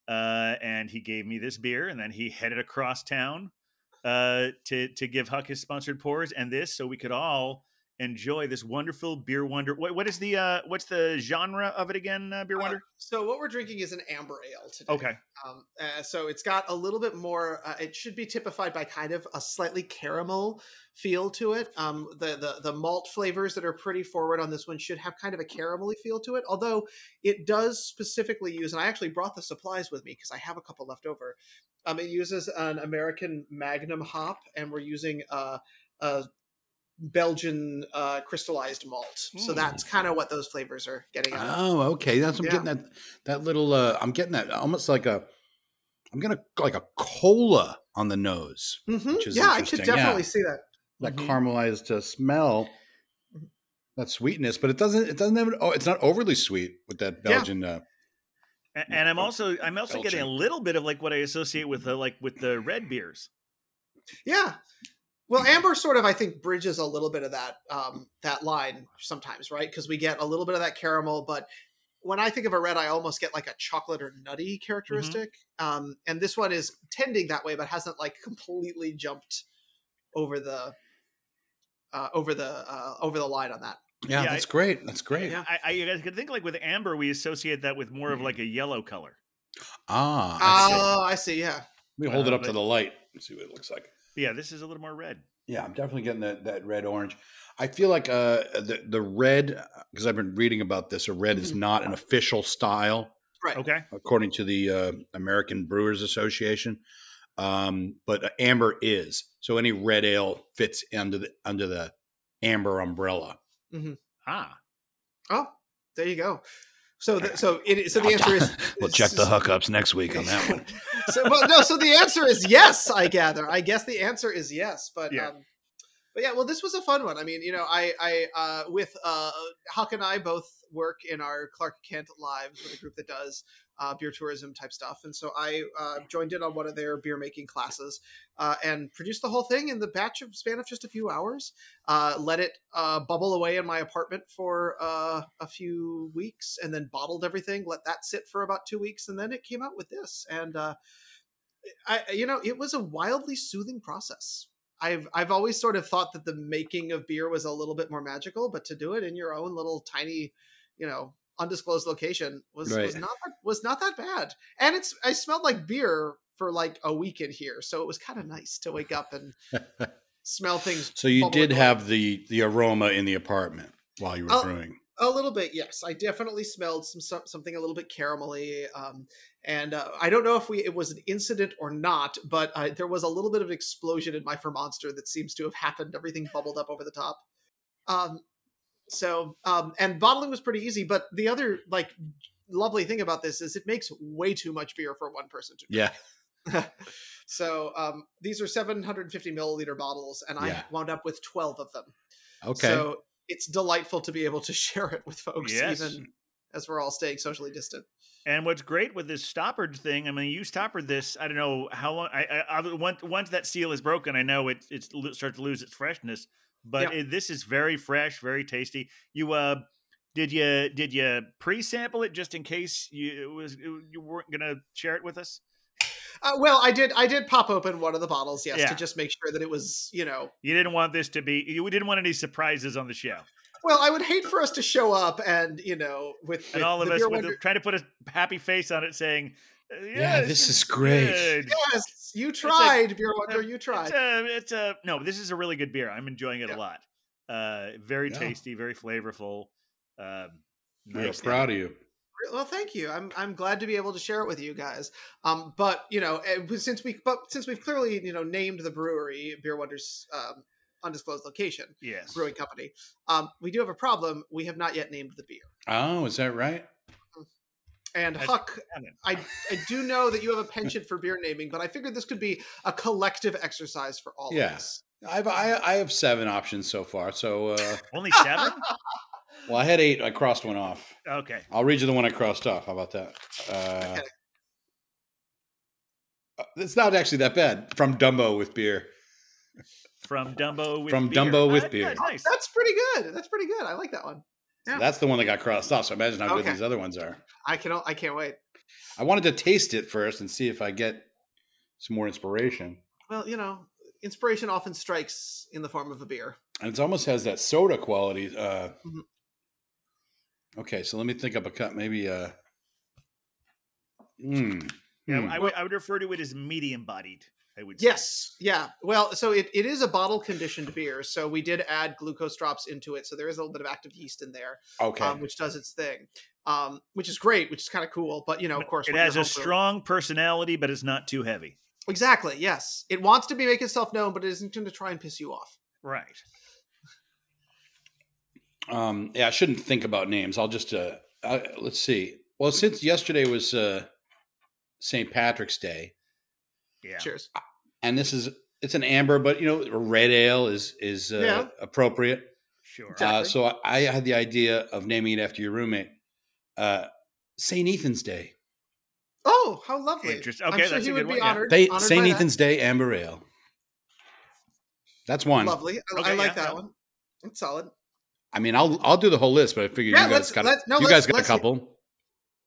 S1: uh, and he gave me this beer, and then he headed across town uh, to to give Huck his sponsored pours and this, so we could all enjoy this wonderful beer wonder. What, what is the uh, what's the genre of it again? Uh, beer
S3: Uh,
S1: wonder.
S3: so what we're drinking is an amber ale today.
S1: Okay.
S3: Um, uh, so it's got a little bit more. Uh, it should be typified by kind of a slightly caramel feel to it. Um, the the the malt flavors that are pretty forward on this one should have kind of a
S2: Mm-hmm.
S3: caramelly feel to it. Although it does specifically use, and I actually brought the supplies with me because I have a couple left over. Um, it uses an American Magnum hop, and we're using uh, a Belgian uh, crystallized malt. So
S2: Hmm.
S1: Mm.
S3: that's kind of what those flavors are getting. Out of. it.
S2: Oh, okay. That's I'm
S3: Yeah.
S2: getting that that little. Uh, I'm getting that almost like a. I'm gonna like a cola on the nose,
S3: Mhm.
S2: which is
S3: Yeah, I could
S2: interesting, yeah.
S3: definitely see that.
S2: that
S3: Mhm.
S2: caramelized uh, smell, that sweetness, but it doesn't. It doesn't have. Oh, it's not overly sweet with that
S3: Yeah.
S2: Belgian. Uh,
S1: A- And I'm also I'm also getting a
S2: Belching.
S1: little bit of like what I associate with uh, like with the red beers.
S3: Yeah. Well, Amber sort of, I think, bridges a little bit of that um, that line sometimes, right? Because we get a little bit of that caramel, but when I think of a red, I almost get like a chocolate or nutty
S2: Mm-hmm.
S3: characteristic. Um, and this one is tending that way, but hasn't like completely jumped over the uh, over the uh, over the line on that.
S2: yeah,
S1: Yeah,
S2: that's
S1: I-
S2: great. That's great.
S3: Yeah.
S1: I, I you guys could think like with amber, we associate that with more
S3: Mm-hmm.
S1: of like a yellow color.
S2: Ah, I see.
S3: Oh, I see. Yeah.
S2: Let me hold it
S1: Uh,
S2: up to
S1: but-
S2: the light and see what it looks like.
S1: Yeah, this is a little more red.
S2: Yeah, I'm definitely getting that that red orange. I feel like uh the the red because I've been reading about this. A red is
S3: Mhm.
S2: not an official style
S3: Right.
S1: Okay.
S2: according to the uh, American Brewers Association, um, but amber is. So any red ale fits under the under the amber umbrella.
S1: Ah.
S3: Oh, there you go. So, the, so it, so the answer is
S2: hookups next week
S3: so, well, no, so the answer is yes, I gather. I guess the answer is yes, but
S1: Yeah.
S3: um, but yeah, well, this was a fun one. I mean, you know, I I uh, with uh, Huck and I both work in our Clark Kent Lives with a group that does uh, beer tourism type stuff, and so I uh, joined in on one of their beer making classes uh, and produced the whole thing in the batch of span of just a few hours. Uh, let it uh, bubble away in my apartment for uh, a few weeks, and then bottled everything. Let that sit for about two weeks, and then it came out with this. And uh, I, you know, it was a wildly soothing process. I've I've always sort of thought that the making of beer was a little bit more magical, but to do it in your own little tiny, you know, undisclosed location was was
S2: Right.
S3: not that, was not that bad. And it's I smelled like beer for like a week in here, so it was kind of nice to wake up and smell things
S2: so you
S3: Bubble
S2: did
S3: it up.
S2: have the the aroma in the apartment while you were
S3: Oh,
S2: brewing.
S3: a little bit yes i definitely smelled some, some something a little bit caramelly um, and uh, i don't know if we it was an incident or not but uh, there was a little bit of an explosion in my fermonster that seems to have happened everything bubbled up over the top um, so um, and bottling was pretty easy but the other like lovely thing about this is it makes way too much beer for one person to drink
S2: Yeah,
S3: so um, these are 750 milliliter bottles and i
S2: Yeah.
S3: wound up with 12 of them
S2: okay.
S3: so it's delightful to be able to share it with folks
S1: Yes.
S3: even as we're all staying socially distant.
S1: And what's great with this stoppered thing, I mean, you stoppered this. I don't know how long. I, I, I once, once that seal is broken, I know it it starts to lose its freshness. But
S3: Yeah.
S1: it, this is very fresh, very tasty. You uh, did you did you pre-sample it just in case you it was you weren't gonna share it with us?
S3: Uh, well, I did I did pop open one of the bottles, yes,
S1: Yeah.
S3: to just make sure that it was you know.
S1: You didn't want this to be. You didn't want any surprises on the show.
S3: Well, I would hate for us to show up and you know with,
S1: and
S3: with
S1: all of
S3: the
S1: us
S3: beer
S1: with
S3: wonder-
S1: trying to put a happy face on it, saying, "Uh, "Yeah,
S2: this is great."
S1: good.
S3: Yes, you tried, beer wonder, you
S1: It's
S3: tried.
S1: a, it's a no. This is a really good beer. I'm enjoying it
S3: Yeah.
S1: a lot. Uh, very
S2: Yeah.
S1: tasty, very flavorful. Um,
S2: Real
S1: nice.
S2: proud of you.
S3: well thank you i'm i'm glad to be able to share it with you guys um but you know it was- since we but since we've clearly you know named the brewery beer wonders um undisclosed location
S1: Yes.
S3: brewing company um we do have a problem we have not yet named the beer
S2: Oh, is that right?
S3: and
S1: That's-
S3: huck
S1: Kevin.
S3: I, I do know that you have a penchant for beer naming but i figured this could be a collective exercise for all
S2: Yeah.
S3: of us
S2: I've, I, I have seven options so far. So, uh,
S1: Only seven.
S2: well, I had eight. I crossed one off.
S1: okay.
S2: I'll read you the one I crossed off. How about that? Uh,
S3: Okay.
S2: uh, It's not actually that bad. From Dumbo with beer.
S1: From Dumbo with
S2: From
S1: beer.
S2: Dumbo with
S1: Ah,
S2: beer.
S1: Nice.
S3: that's pretty good that's pretty good i like that one Yeah.
S2: That's the one that got crossed off. So imagine how
S3: Okay.
S2: good these other ones are.
S3: i can i can't wait
S2: I wanted to taste it first and see if I get some more inspiration.
S3: well you know inspiration often strikes in the form of a beer
S2: And it almost has that soda quality. Uh,
S3: Mhm. Mm-hmm.
S2: Okay, so let me think up a cup. Maybe. Uh, mm,
S1: Yeah,
S2: hmm.
S1: I would I would refer to it as medium bodied. I would. say.
S3: Yes. Yeah. Well, so it, it is a bottle conditioned beer. So we did add glucose drops into it. So there is a little bit of active yeast in there,
S2: okay.
S3: um, which does its thing, um, which is great, which is kind of cool. But, you know, of course,
S1: It
S3: when you're
S1: has a
S3: homebrew-
S1: strong personality, but it's not too heavy.
S3: Exactly. Yes. It wants to be make itself known, but it isn't going to try and piss you off.
S1: Right.
S2: Um, yeah, I shouldn't think about names. I'll just uh, uh let's see. Well, since yesterday was uh, St. Patrick's Day,
S1: Yeah.
S3: Cheers.
S2: and this is it's an amber, but you know, a red ale is is uh,
S3: Yeah.
S2: appropriate.
S1: Sure.
S2: Uh,
S3: Exactly.
S2: so I, I had the idea of naming it after your roommate, uh, St. Ethan's Day.
S3: Oh, how lovely.
S1: Interesting.
S3: I'm
S1: Okay,
S3: sure
S1: that's
S3: he
S1: a
S3: would
S1: good one,
S3: be
S1: yeah.
S3: honored.
S2: They,
S3: honored
S2: St.
S3: by
S2: Ethan's Day amber ale. That's
S3: That.
S2: one.
S3: Lovely. I, I
S1: Okay,
S3: like
S1: yeah,
S3: that
S1: yeah.
S3: one. It's solid.
S2: I mean, I'll I'll do the whole list, but I figured
S3: Yeah,
S2: you
S3: let's-
S2: guys got
S3: let's- no,
S2: you guys
S3: let's-
S2: got a
S3: let's-
S2: couple.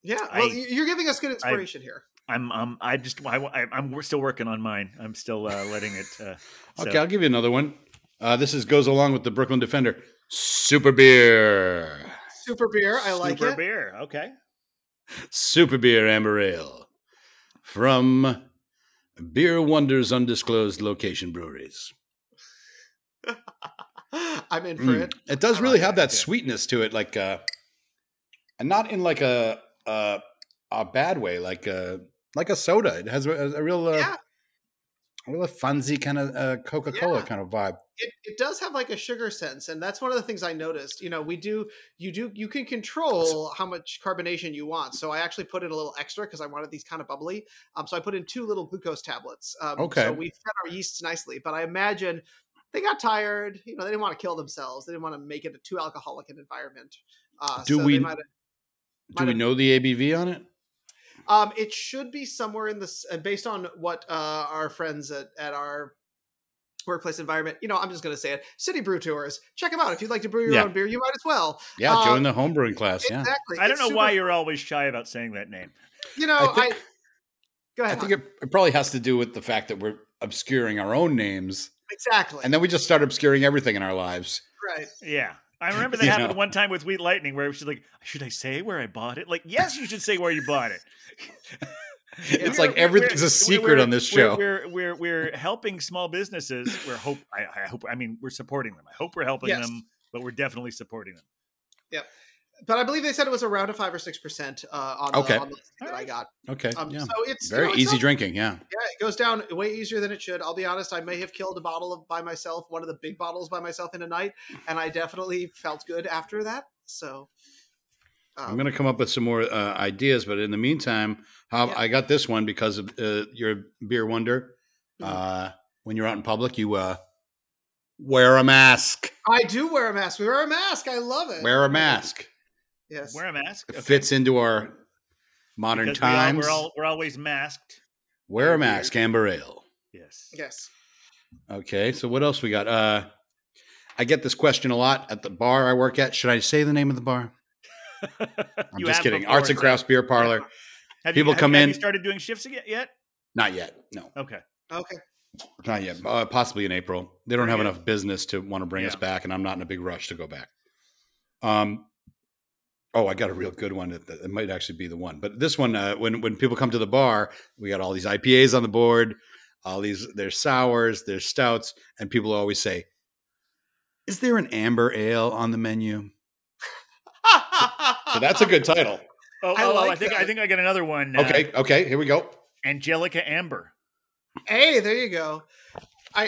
S3: Yeah. Well,
S1: I-
S3: y- you're giving us good inspiration here.
S1: I'm um I just I, I I'm we're still working on mine. I'm still uh, letting it. Uh, so-
S2: Okay, I'll give you another one. Uh, this is goes along with the Brooklyn Defender Super Beer,
S3: Super beer. I like
S1: Super
S3: it.
S1: beer. Okay.
S2: Super Beer Amber Ale from Beer Wonders Undisclosed Location Breweries.
S3: I'm in for
S2: Mm.
S3: it.
S2: It does
S3: I
S2: really
S3: like
S2: have
S1: that,
S2: that
S1: yeah.
S2: sweetness to it, like uh, and not in like a a, a bad way, like a like a soda. It has a, a real uh,
S3: Yeah.
S2: a real funsy kind of uh, Coca Cola
S3: Yeah.
S2: kind of vibe.
S3: it, it does have like a sugar sense and that's one of the things i noticed you know we do you do you can control how much carbonation you want so i actually put in a little extra because i wanted these kind of bubbly um, so i put in two little glucose tablets um,
S2: Okay.
S3: so we fed our yeasts nicely but i imagine they got tired you know they didn't want to kill themselves they didn't want to make it a too alcoholic an environment uh,
S2: Do
S3: so they
S2: we-
S3: might have-
S2: Do
S3: Might
S2: we
S3: have-
S2: know the ABV on it?
S3: um, it should be somewhere in this uh, based on what uh, our friends at, at our workplace environment you know i'm just going to say it city brew tours check them out if you'd like to brew your
S2: Yeah.
S3: own beer you might as well
S2: Yeah,
S3: Uh,
S2: join the homebrewing class. Yeah,
S3: exactly
S1: I don't
S3: It's
S1: know
S3: super-
S1: why you're always shy about saying that name.
S3: you know
S2: I
S3: i,
S2: think-
S3: go
S2: I
S3: ahead
S2: think
S3: Hon.
S2: it, it probably has to do with the fact that we're obscuring our own names,
S3: exactly
S2: and then we just start obscuring everything in our lives.
S3: right
S1: Yeah. I remember that
S2: You
S1: happened
S2: know.
S1: one time with Wheat Lightning where she's like, should I say where I bought it? Like, yes, you should say where you bought it.
S2: It's
S1: We're-
S2: like
S1: we're-
S2: everything's
S1: we're-
S2: a secret
S1: we're-
S2: on this
S1: we're-
S2: show.
S1: We're, we're, we're, helping small businesses. We're hope, I, I hope, I mean, we're supporting them. I hope we're helping
S3: Yes.
S1: them, but we're definitely supporting them.
S3: but i believe they said it was around a five or six percent uh on
S2: Okay.
S3: the, on the list that i got
S2: Okay,
S3: um
S2: yeah,
S3: so it's you
S2: very
S3: know, it's
S2: easy
S3: not-
S2: drinking. Yeah,
S3: yeah it goes down way easier than it should i'll be honest i may have killed a bottle of, by myself one of the big bottles by myself in a night and i definitely felt good after that so
S2: I'm
S3: um,
S2: gonna come up with some more uh, ideas, but in the meantime, how
S3: Yeah.
S2: I got this one because of uh, your beer wonder.
S3: Mhm.
S2: Uh, when you're out in public, you uh, wear a mask.
S3: I do wear a mask. We wear a mask. I love it.
S2: Wear a mask.
S3: Yes.
S1: Wear a mask.
S2: It
S1: Okay.
S2: fits into our modern
S1: Because we all-
S2: times.
S1: we're all we're always masked.
S2: Wear a mask, amber ale.
S1: Yes.
S3: yes.
S2: Okay, so what else we got? Uh I get this question a lot at the bar I work at. Should I say the name of the bar? I'm
S1: You
S2: just
S1: have
S2: kidding.
S1: before,
S2: Arts and
S1: so-
S2: Crafts Beer Parlor.
S1: Have
S2: People
S1: you, have
S2: come
S1: you-
S2: in-
S1: Have you started doing shifts again yet?
S2: Not yet. No,
S1: Okay.
S3: Okay.
S2: not yet. Uh, possibly in April. They don't have
S1: Okay.
S2: enough business to want to bring us
S1: Yeah.
S2: back, and I'm not in a big rush to go back. Um. Oh, I got a real good one. That, that- it might actually be the one, but this one, uh, when when people come to the bar, we got all these IPAs on the board, all these there's sours, there's stouts, and people always say, "Is there an amber ale on the menu?" So that's a good title.
S1: Oh,
S3: I
S1: oh, oh, I
S3: like
S1: think I
S3: that.
S1: think I got another one. uh,
S2: Okay, okay, here we go.
S1: Angelica Amber.
S3: Hey, there you go. I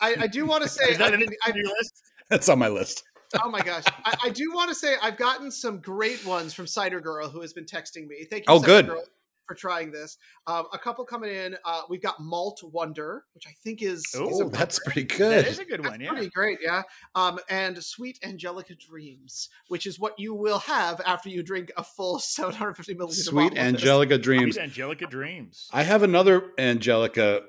S3: I, I do want to say
S1: Is that
S3: I
S1: an
S3: mean, I-
S1: on your list?
S2: That's on my list.
S3: oh my gosh, I, I do want to say I've gotten some great ones from Cider Girl who has been texting me. Thank you,
S2: Oh,
S3: Cider
S2: good.
S3: Girl, for trying this. Um, a couple coming in. Uh, we've got Malt Wonder, which I think is, is
S1: Ooh,
S2: Oh,
S3: a-
S2: that's pretty
S1: That
S2: good.
S1: is a good one.
S3: that's
S1: Yeah.
S3: pretty great, yeah. Um, and Sweet Angelica Dreams, which is what you will have after you drink a full 750 milliliter.
S2: Sweet
S3: bottle of this.
S2: Angelica Dreams.
S1: These Angelica Dreams.
S2: I have another Angelica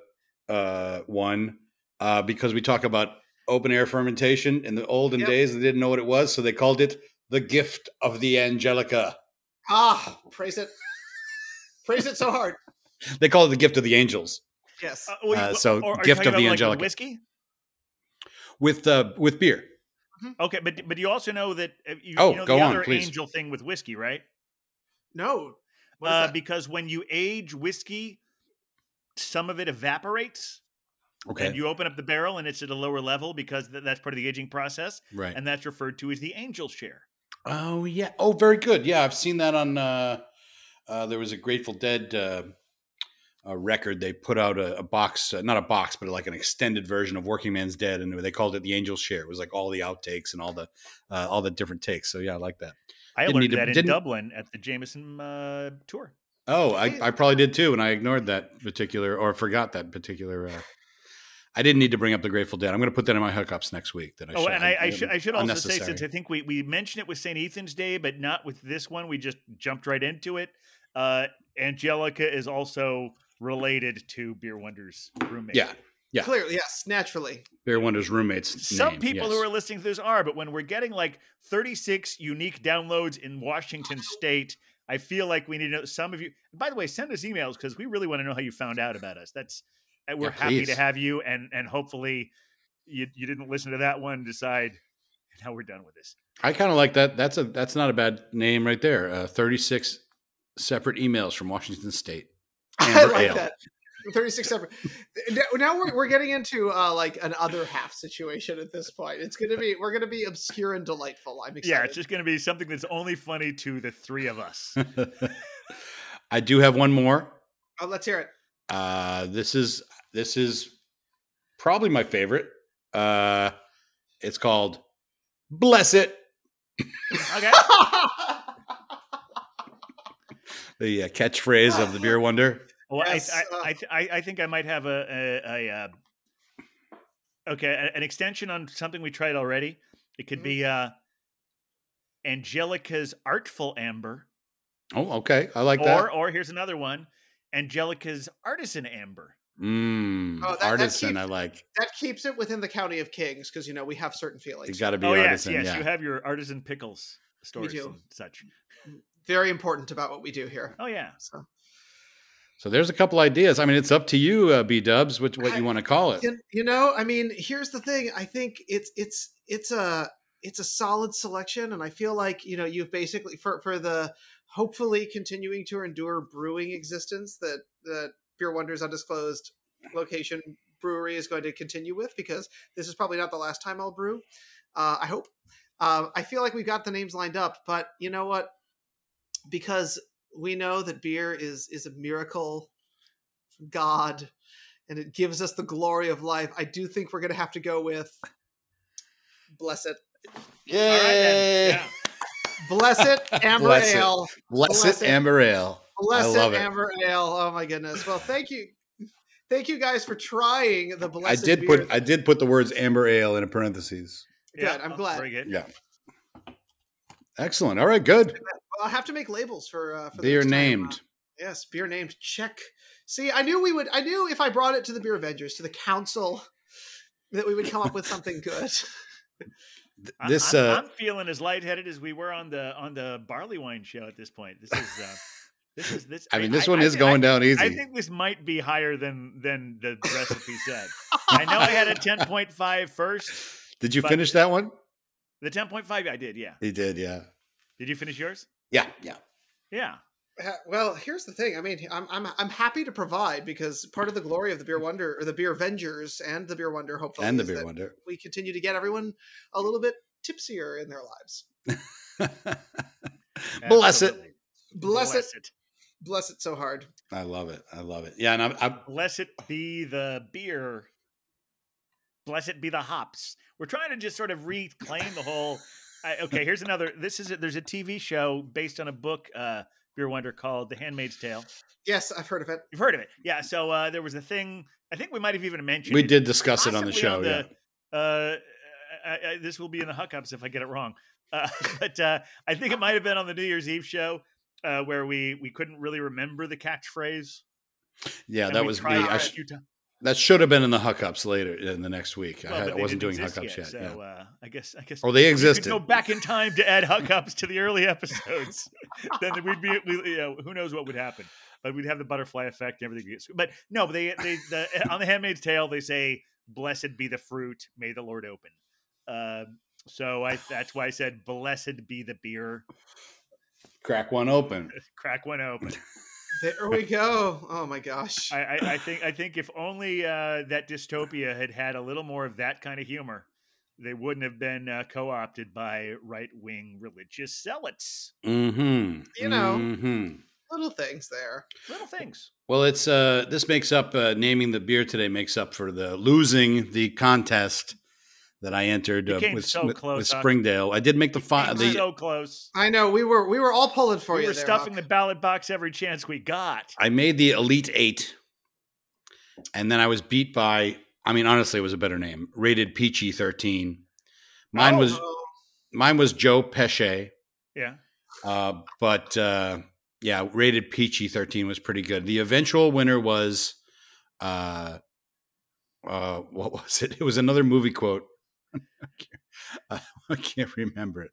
S2: uh, one uh, because we talk about open air fermentation. In the olden
S3: Yep.
S2: days, they didn't know what it was, so they called it the gift of the Angelica.
S3: Ah, praise it, praise it so hard.
S2: They call it the gift of the angels
S3: Yes.
S1: Uh, wait,
S2: Uh,
S1: wh-
S2: so
S1: or are you
S2: Gift
S1: talking
S2: of
S1: about,
S2: the
S1: like,
S2: Angelica.
S1: whiskey.
S2: with uh, with beer.
S1: Okay, but but you also know that uh, you,
S2: Oh,
S1: you know
S2: go
S1: the
S2: on,
S1: other
S2: please.
S1: angel thing with whiskey, right?
S3: No. What is
S1: Uh,
S3: that?
S1: because when you age whiskey, some of it evaporates, and you open up the barrel, and it's at a lower level because th- that's part of the aging process,
S2: right.
S1: and that's referred to as the angel share.
S2: oh yeah. Oh, very good. Yeah, I've seen that on. Uh, uh, there was a Grateful Dead. Uh, uh record they put out a, a box uh, not a box but like an extended version of working man's dead and they called it the angels share it was like all the outtakes and all the uh, all the different takes so yeah i like that
S1: I
S2: Didn't
S1: learned
S2: need to-
S1: that in
S2: didn't-
S1: Dublin at the Jameson uh, tour.
S2: Oh, I,
S3: Right.
S2: I probably did too, and I ignored that particular or forgot that particular. Uh, I didn't need to bring up the Grateful Dead. I'm going to put that in my hookups next week. That I
S1: oh,
S2: should,
S1: and I, I should I should also say since I
S2: unnecessary.
S1: think we we mentioned it with St. Ethan's Day, but not with this one. We just jumped right into it. Uh, Angelica is also related to Beer Wonder's roommate.
S2: yeah, yeah.
S3: Clearly, yes, naturally.
S2: Beer Wonder's roommates.
S1: Some
S2: name,
S1: people
S2: yes.
S1: who are listening to this are, but when we're getting like 36 unique downloads in Washington State, I feel like we need to know some of you. By the way, send us emails because we really want to know how you found out about us. That's uh, we're
S2: Yeah,
S1: happy to
S2: please.
S1: have you, and and hopefully you you didn't listen to that one. Decide now we're done with this.
S2: I kind of like that. That's a that's not a bad name right there. Uh, Thirty six separate emails from Washington State.
S3: I
S2: Amber
S3: like
S2: Ale.
S3: that. 36 separate. Now- Now we're, we're getting into uh, like an other half situation at this point. It's gonna be we're gonna be obscure and delightful. I'm excited.
S1: Yeah, it's just going to be something that's only funny to the three of us.
S2: I do have one more.
S3: oh, let's hear it.
S2: Uh, this is this is probably my favorite. Uh, it's called "Bless It."
S1: Okay.
S2: the uh, catchphrase of the beer wonder.
S1: Well,
S3: Yes,
S1: I,
S3: uh,
S1: I, I, th- I, I think I might have a, a, a uh, okay, a- an extension on something we tried already. It
S2: Mm-hmm.
S1: could
S3: Mhm.
S1: be uh, Angelica's artful amber,
S2: Oh, okay, I like
S1: or
S2: that.
S1: or here's another one, Angelica's artisan amber.
S2: Mm,
S3: Oh, that- that
S2: artisan,
S3: keeps-
S2: I like.
S3: that keeps it within the county of kings because you know we have certain
S2: It's
S3: feelings.
S2: got to be
S1: oh
S2: artisan.
S1: yes, yes,
S2: yeah.
S1: you have your artisan pickles stories
S3: do.
S1: and such.
S3: Very important about what we do here.
S1: Oh yeah,
S3: So
S2: so there's a couple ideas. I mean, it's up to you, uh, B Dubs, which what you want to call it.
S3: you, you know, I mean, here's the thing. I think it's it's it's a it's a solid selection, and I feel like you know you've basically for for the hopefully continuing to endure brewing existence that that Beer Wonders undisclosed location brewery is going to continue with because this is probably not the last time I'll brew. Uh, I hope. Um, I feel like we got the names lined up, but you know what? Because we know that beer is is a miracle from God, and it gives us the glory of life. I do think we're going to have to go with bless it,
S2: Yay!
S1: all right
S2: Eh,
S1: then. Yeah.
S3: bless it, amber
S2: Bless it.
S3: ale,
S2: Bless,
S3: Bless
S2: it,
S3: it.
S2: amber ale.
S3: bless
S2: I
S3: it,
S2: love it.
S3: amber ale. Oh my goodness! Well, thank you, thank you guys for trying the
S2: I
S3: blessed.
S2: did
S3: beer.
S2: put I did
S1: oh,
S2: put the words amber ale in a parentheses.
S3: Good, I'm glad.
S1: Very good.
S2: Yeah. Excellent. All right. Good.
S3: I'll have to make labels for. Uh, for the
S2: They are
S3: next time.
S2: named.
S3: Yes, beer named. Check. See, I knew we would. I knew if I brought it to the beer Avengers to the council that we would come up with something good.
S2: Th-
S1: I-
S2: This.
S1: I'm,
S2: uh,
S1: I'm feeling as lightheaded as we were on the on the barley wine show at this point. This is uh, this is this.
S2: I mean, this one is
S1: I-
S2: going down
S1: I, I
S2: easy.
S1: think this might be higher than than the recipe said. I know I had a 10.5 first.
S2: Did you
S1: but-
S2: finish that one?
S1: The 10.5 I did. Yeah.
S2: He did. Yeah.
S1: Did you finish yours?
S2: Yeah. Yeah.
S1: Yeah.
S3: Uh, Well, here's the thing. I mean, I'm I'm I'm happy to provide because part of the glory of the beer wonder or the beer Avengers and the beer wonder hopefully
S2: And the
S3: is
S2: beer
S3: that
S2: wonder.
S3: we continue to get everyone a little bit tipsier in their lives.
S2: Bless it.
S1: Absolutely.
S3: Bless, it, bless it so hard.
S2: I love it. I love it. Yeah. And I'm, I'm
S1: Bless it be the beer. Bless it be the hops. We're trying to just sort of reclaim the whole. I, okay, here's another. This is a, there's a TV show based on a book, uh, Beer Wonder, called The Handmaid's Tale.
S3: Yes, I've heard of it.
S1: You've heard of it, yeah? So uh, there was a thing. I think we might have even mentioned.
S2: we
S1: it.
S2: did discuss it on the
S1: possibly
S2: show.
S1: on
S2: yeah.
S1: the- Uh, I, I, this will be in the hookups if I get it wrong. Uh, but uh, I think it might have been on the New Year's Eve show uh, where we we couldn't really remember the catchphrase.
S2: Yeah.
S1: and
S2: That
S1: we
S2: was me.
S1: tried
S3: it.
S2: I
S1: a
S2: sh-
S1: few times.
S2: that should have been in the hookups later in the next week. I,
S1: Well,
S2: had,
S1: but
S2: I
S1: they
S2: wasn't
S1: didn't
S2: doing
S1: exist
S2: hookups yet.
S1: So
S2: yeah.
S1: uh, I guess I guess
S2: Or they
S1: we could
S2: existed.
S1: go back in time to add hookups to the early episodes. then we'd be we, you know, who knows what would happen, but we'd have the butterfly effect and everything. gets- But no, but they they the, on the Handmaid's Tale they say, "Blessed be the fruit, may the Lord open." Um so I that's why I said, "Blessed be the beer."
S2: Crack one open.
S1: Crack one open.
S3: There we go. Oh my gosh.
S1: I, I, I think I think if only uh, that dystopia had had a little more of that kind of humor, they wouldn't have been uh, co-opted by right-wing religious zealots.
S2: Mm-hmm.
S3: You know.
S2: hmm
S3: Little things there.
S1: Little things.
S2: Well, it's uh, this makes up uh, naming the beer today makes up for the losing the contest that I entered
S1: You
S2: uh,
S1: came
S2: with,
S1: so
S2: with,
S1: close,
S2: with
S1: Huck.
S2: Springdale. I did make the fi-
S1: Came
S2: the
S1: so close.
S3: I know we were we were all pulling for
S1: we
S3: you.
S1: were
S3: there,
S1: stuffing
S3: Huck.
S1: the ballot box every chance we got.
S2: I made the elite eight, and then I was beat by. I mean, honestly, it was a better name. Rated Peachy thirteen. Mine
S3: Oh,
S1: uh
S2: was
S3: oh,
S2: mine was Joe Pesce,
S1: Yeah.
S2: uh, but uh, yeah, rated Peachy thirteen was pretty good. The eventual winner was, uh, uh, what was it? It was another movie quote. I can't- I can't remember it.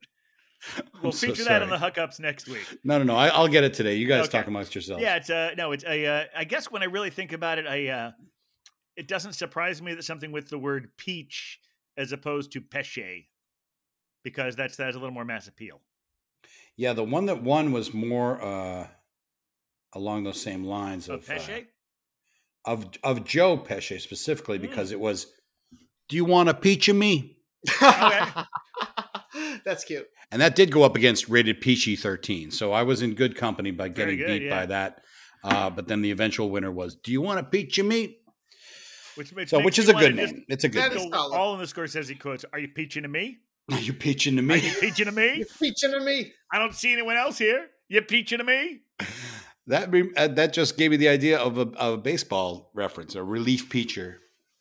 S1: We'll
S2: so
S1: feature that on the
S2: sorry.
S1: hookups next week.
S2: No, no, no. I, I'll get it today. You guys
S1: Okay.
S2: talk amongst yourselves.
S1: Yeah, it's uh no, it's a uh, I guess when I really think about it, I uh it doesn't surprise me that something with the word peach as opposed to peche because that's that has a little more mass appeal.
S2: Yeah, the one that won was more uh, along those same lines
S1: So
S2: of uh,
S1: Oh, peche?
S2: of of Joe Pesce
S1: Mm.
S2: specifically because it was, "Do you want a peach of me?"
S3: Oh. That's cute.
S2: And that did go up against rated Peachy thirteen, so I was in good company by
S1: Very
S2: getting
S1: good,
S2: beat
S1: yeah.
S2: by that. Uh, but then the eventual winner was, "Do you want a peach of me?"
S1: which makes
S2: So,
S1: makes
S2: which
S1: me
S2: is a
S1: wanna
S2: good
S1: just
S2: name. It's a good.
S3: That
S2: Name.
S3: is-
S1: go
S3: solid.
S1: all in the Scorsese quotes. Are you peaching to me?
S2: Are you peaching to
S1: Are
S2: me?
S1: you peaching to me?
S3: You're preaching to me.
S1: I don't see anyone else here. You peaching to me?
S2: that re- uh, that just gave me the idea of a, of a baseball reference, a relief peacher,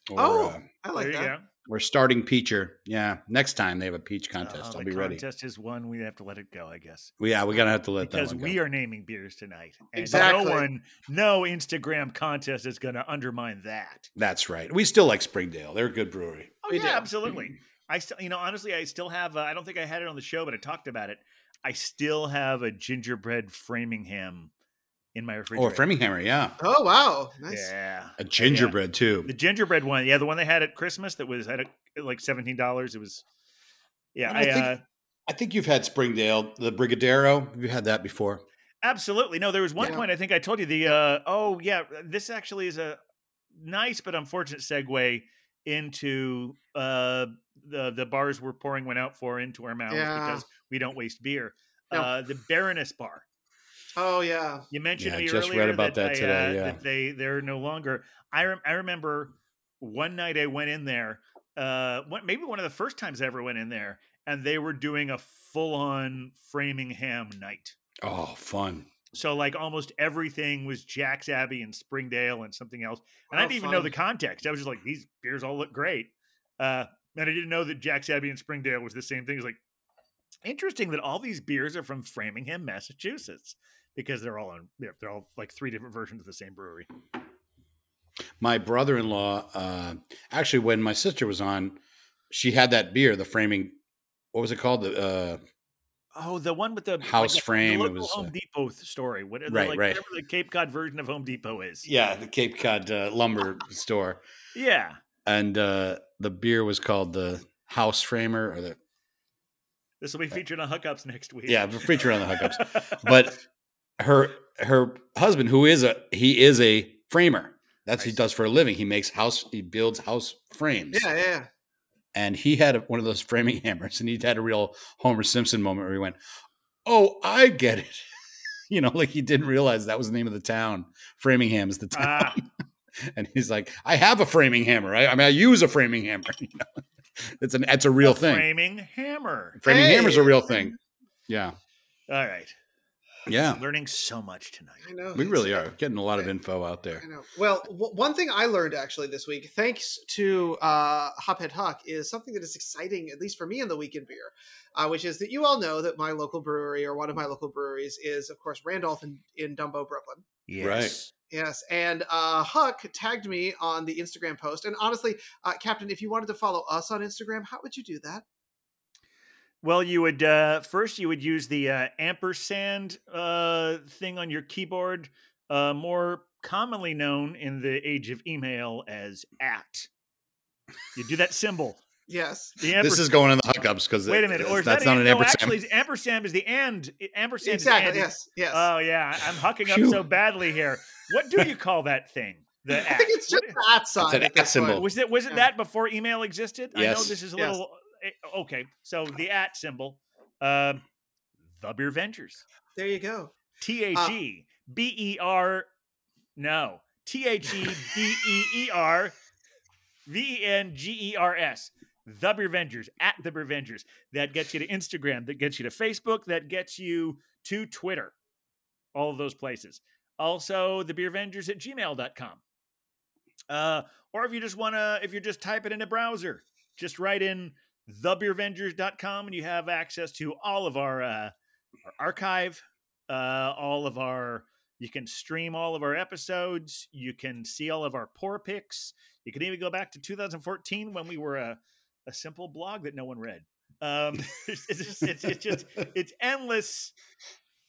S2: or
S3: Oh.
S2: uh,
S3: I like
S1: there you
S3: that.
S1: go.
S2: or starting peacher. Yeah, next time they have a peach contest,
S1: Oh,
S2: I'll
S1: the
S2: be ready.
S1: contest is one we have to let it go, I guess.
S2: Well, Yeah, we're gonna have to let
S1: because
S2: that one
S1: we
S2: go.
S1: are naming beers tonight, and
S3: Exactly.
S1: no one, no Instagram contest is going to undermine that.
S2: That's right. We still like Springdale. They're a good brewery.
S1: Oh
S3: We
S1: yeah,
S3: do.
S1: absolutely. I still, you know, honestly, I still have. Uh, I don't think I had it on the show, but I talked about it. I still have a gingerbread Framingham in my
S2: Or
S1: refrigerator.
S2: Framingham, yeah.
S3: Oh wow, nice.
S1: Yeah,
S2: A gingerbread too.
S1: the gingerbread one. Yeah, the one they had at Christmas that was at a, like seventeen dollars. It was. Yeah,
S2: And
S1: I,
S2: I think-
S1: uh,
S2: I think you've had Springdale, the Brigadero. Have you had that before?
S1: absolutely no. There was one
S3: Yeah.
S1: point I think I told you the. Uh, oh yeah, this actually is a nice but unfortunate segue into uh, the the bars we're pouring one out for into our mouths
S3: Yeah.
S1: because we don't waste beer.
S3: No.
S1: Uh, the Baroness Bar.
S3: Oh yeah.
S1: You mentioned
S2: Yeah, I
S1: to me
S2: just read
S1: earlier
S2: about that
S1: they,
S2: today,
S1: uh,
S2: yeah.
S1: that they they're no longer. I rem- I remember one night I went in there. Uh, what, maybe one of the first times I ever went in there, and they were doing a full on Framingham night.
S2: Oh, fun.
S1: So like almost everything was Jack's Abbey and Springdale and something else. And I
S3: Oh,
S1: didn't even know
S3: fun.
S1: the context. I was just like, these beers all look great. Uh, and I didn't know that Jack's Abbey and Springdale was the same thing. It's like Interesting that all these beers are from Framingham, Massachusetts, because they're all on they're they're all like three different versions of the same brewery.
S2: my brother-in-law uh actually when my sister was on she had that beer the framing what was it called the uh
S1: Oh, the one with the like,
S2: House
S1: the
S2: frame, it
S1: local
S2: was,
S1: Home
S2: uh,
S1: Depot story. Whatever,
S2: right,
S1: like,
S2: right.
S1: whatever the Cape Cod version of Home Depot is.
S2: yeah the cape cod uh, lumber store
S1: yeah.
S2: and uh the beer was called the house framer or the
S1: This will be featured on Hookups next week.
S2: yeah the feature on the hookups but her her husband who is a he is a framer that's what
S1: I
S2: he does for a living he makes house he builds house frames
S3: Yeah, yeah, yeah.
S2: and he had a- one of those framing hammers and he had a real homer simpson moment where he went oh i get it you know like he didn't realize that was the name of the town framingham is the town
S1: Ah,
S2: and he's like i have a framing hammer i, I mean i use a framing hammer you know it's an it's a real
S1: a
S2: thing
S1: Framing hammer.
S2: framing
S3: Hey!
S2: hammer's a real thing yeah
S1: All right.
S2: yeah
S1: Learning so much tonight.
S3: I know.
S2: we
S3: It's-
S2: really are getting a lot of info out there
S3: I know. Well, w- one thing I learned actually this week, thanks to uh, Hophead Huck, is something that is exciting, at least for me in the weekend beer, uh, which is that you all know that my local brewery or one of my local breweries is, of course, Randolph in, in Dumbo, Brooklyn.
S1: Yes.
S3: Yes, and uh, Huck tagged me on the Instagram post. And honestly, uh, Captain, if you wanted to follow us on Instagram, how would you do that?
S1: Well, you would uh, first you would use the uh, ampersand uh, thing on your keyboard, uh, more commonly known in the age of email as at. You do that symbol.
S3: Yes.
S1: The
S2: this is going in the hookups because
S1: Wait a minute, or is
S2: that's
S1: that
S2: not
S1: an,
S2: an
S1: no,
S2: ampersand.
S1: actually, it's ampersand is the and. It- Ampersand
S3: exactly.
S1: is and.
S3: Yes. Yes.
S1: Oh yeah, I'm hucking up
S2: Phew.
S1: so badly here. What do you call that thing? The
S3: I
S1: at.
S3: think it's just
S1: What-
S3: the at sign.
S2: It's an
S3: at this
S2: at
S3: point.
S2: symbol.
S1: was it was it
S3: Yeah.
S1: that before email existed? I know
S2: Yes.
S1: this is a
S3: Yes.
S1: little eh, okay. So the at symbol, uh, the Beer Vengers,
S3: There you go.
S1: T H E B E R, no T H E B E E R, V E N G E R S. The Beer Vengers at the Beer Vengers. That gets you to Instagram. That gets you to Facebook. That gets you to Twitter. All of those places. Also, the Beer Vengers at gmail.com. Uh, or if you just want to, if you just type it in a browser, just write in thebeervengers.com and you have access to all of our, uh, our archive, uh, all of our, you can stream all of our episodes. You can see all of our poor picks. You can even go back to 2014 when we were a, a simple blog that no one read. Um, it's, it's just, it's, it's just, it's endless.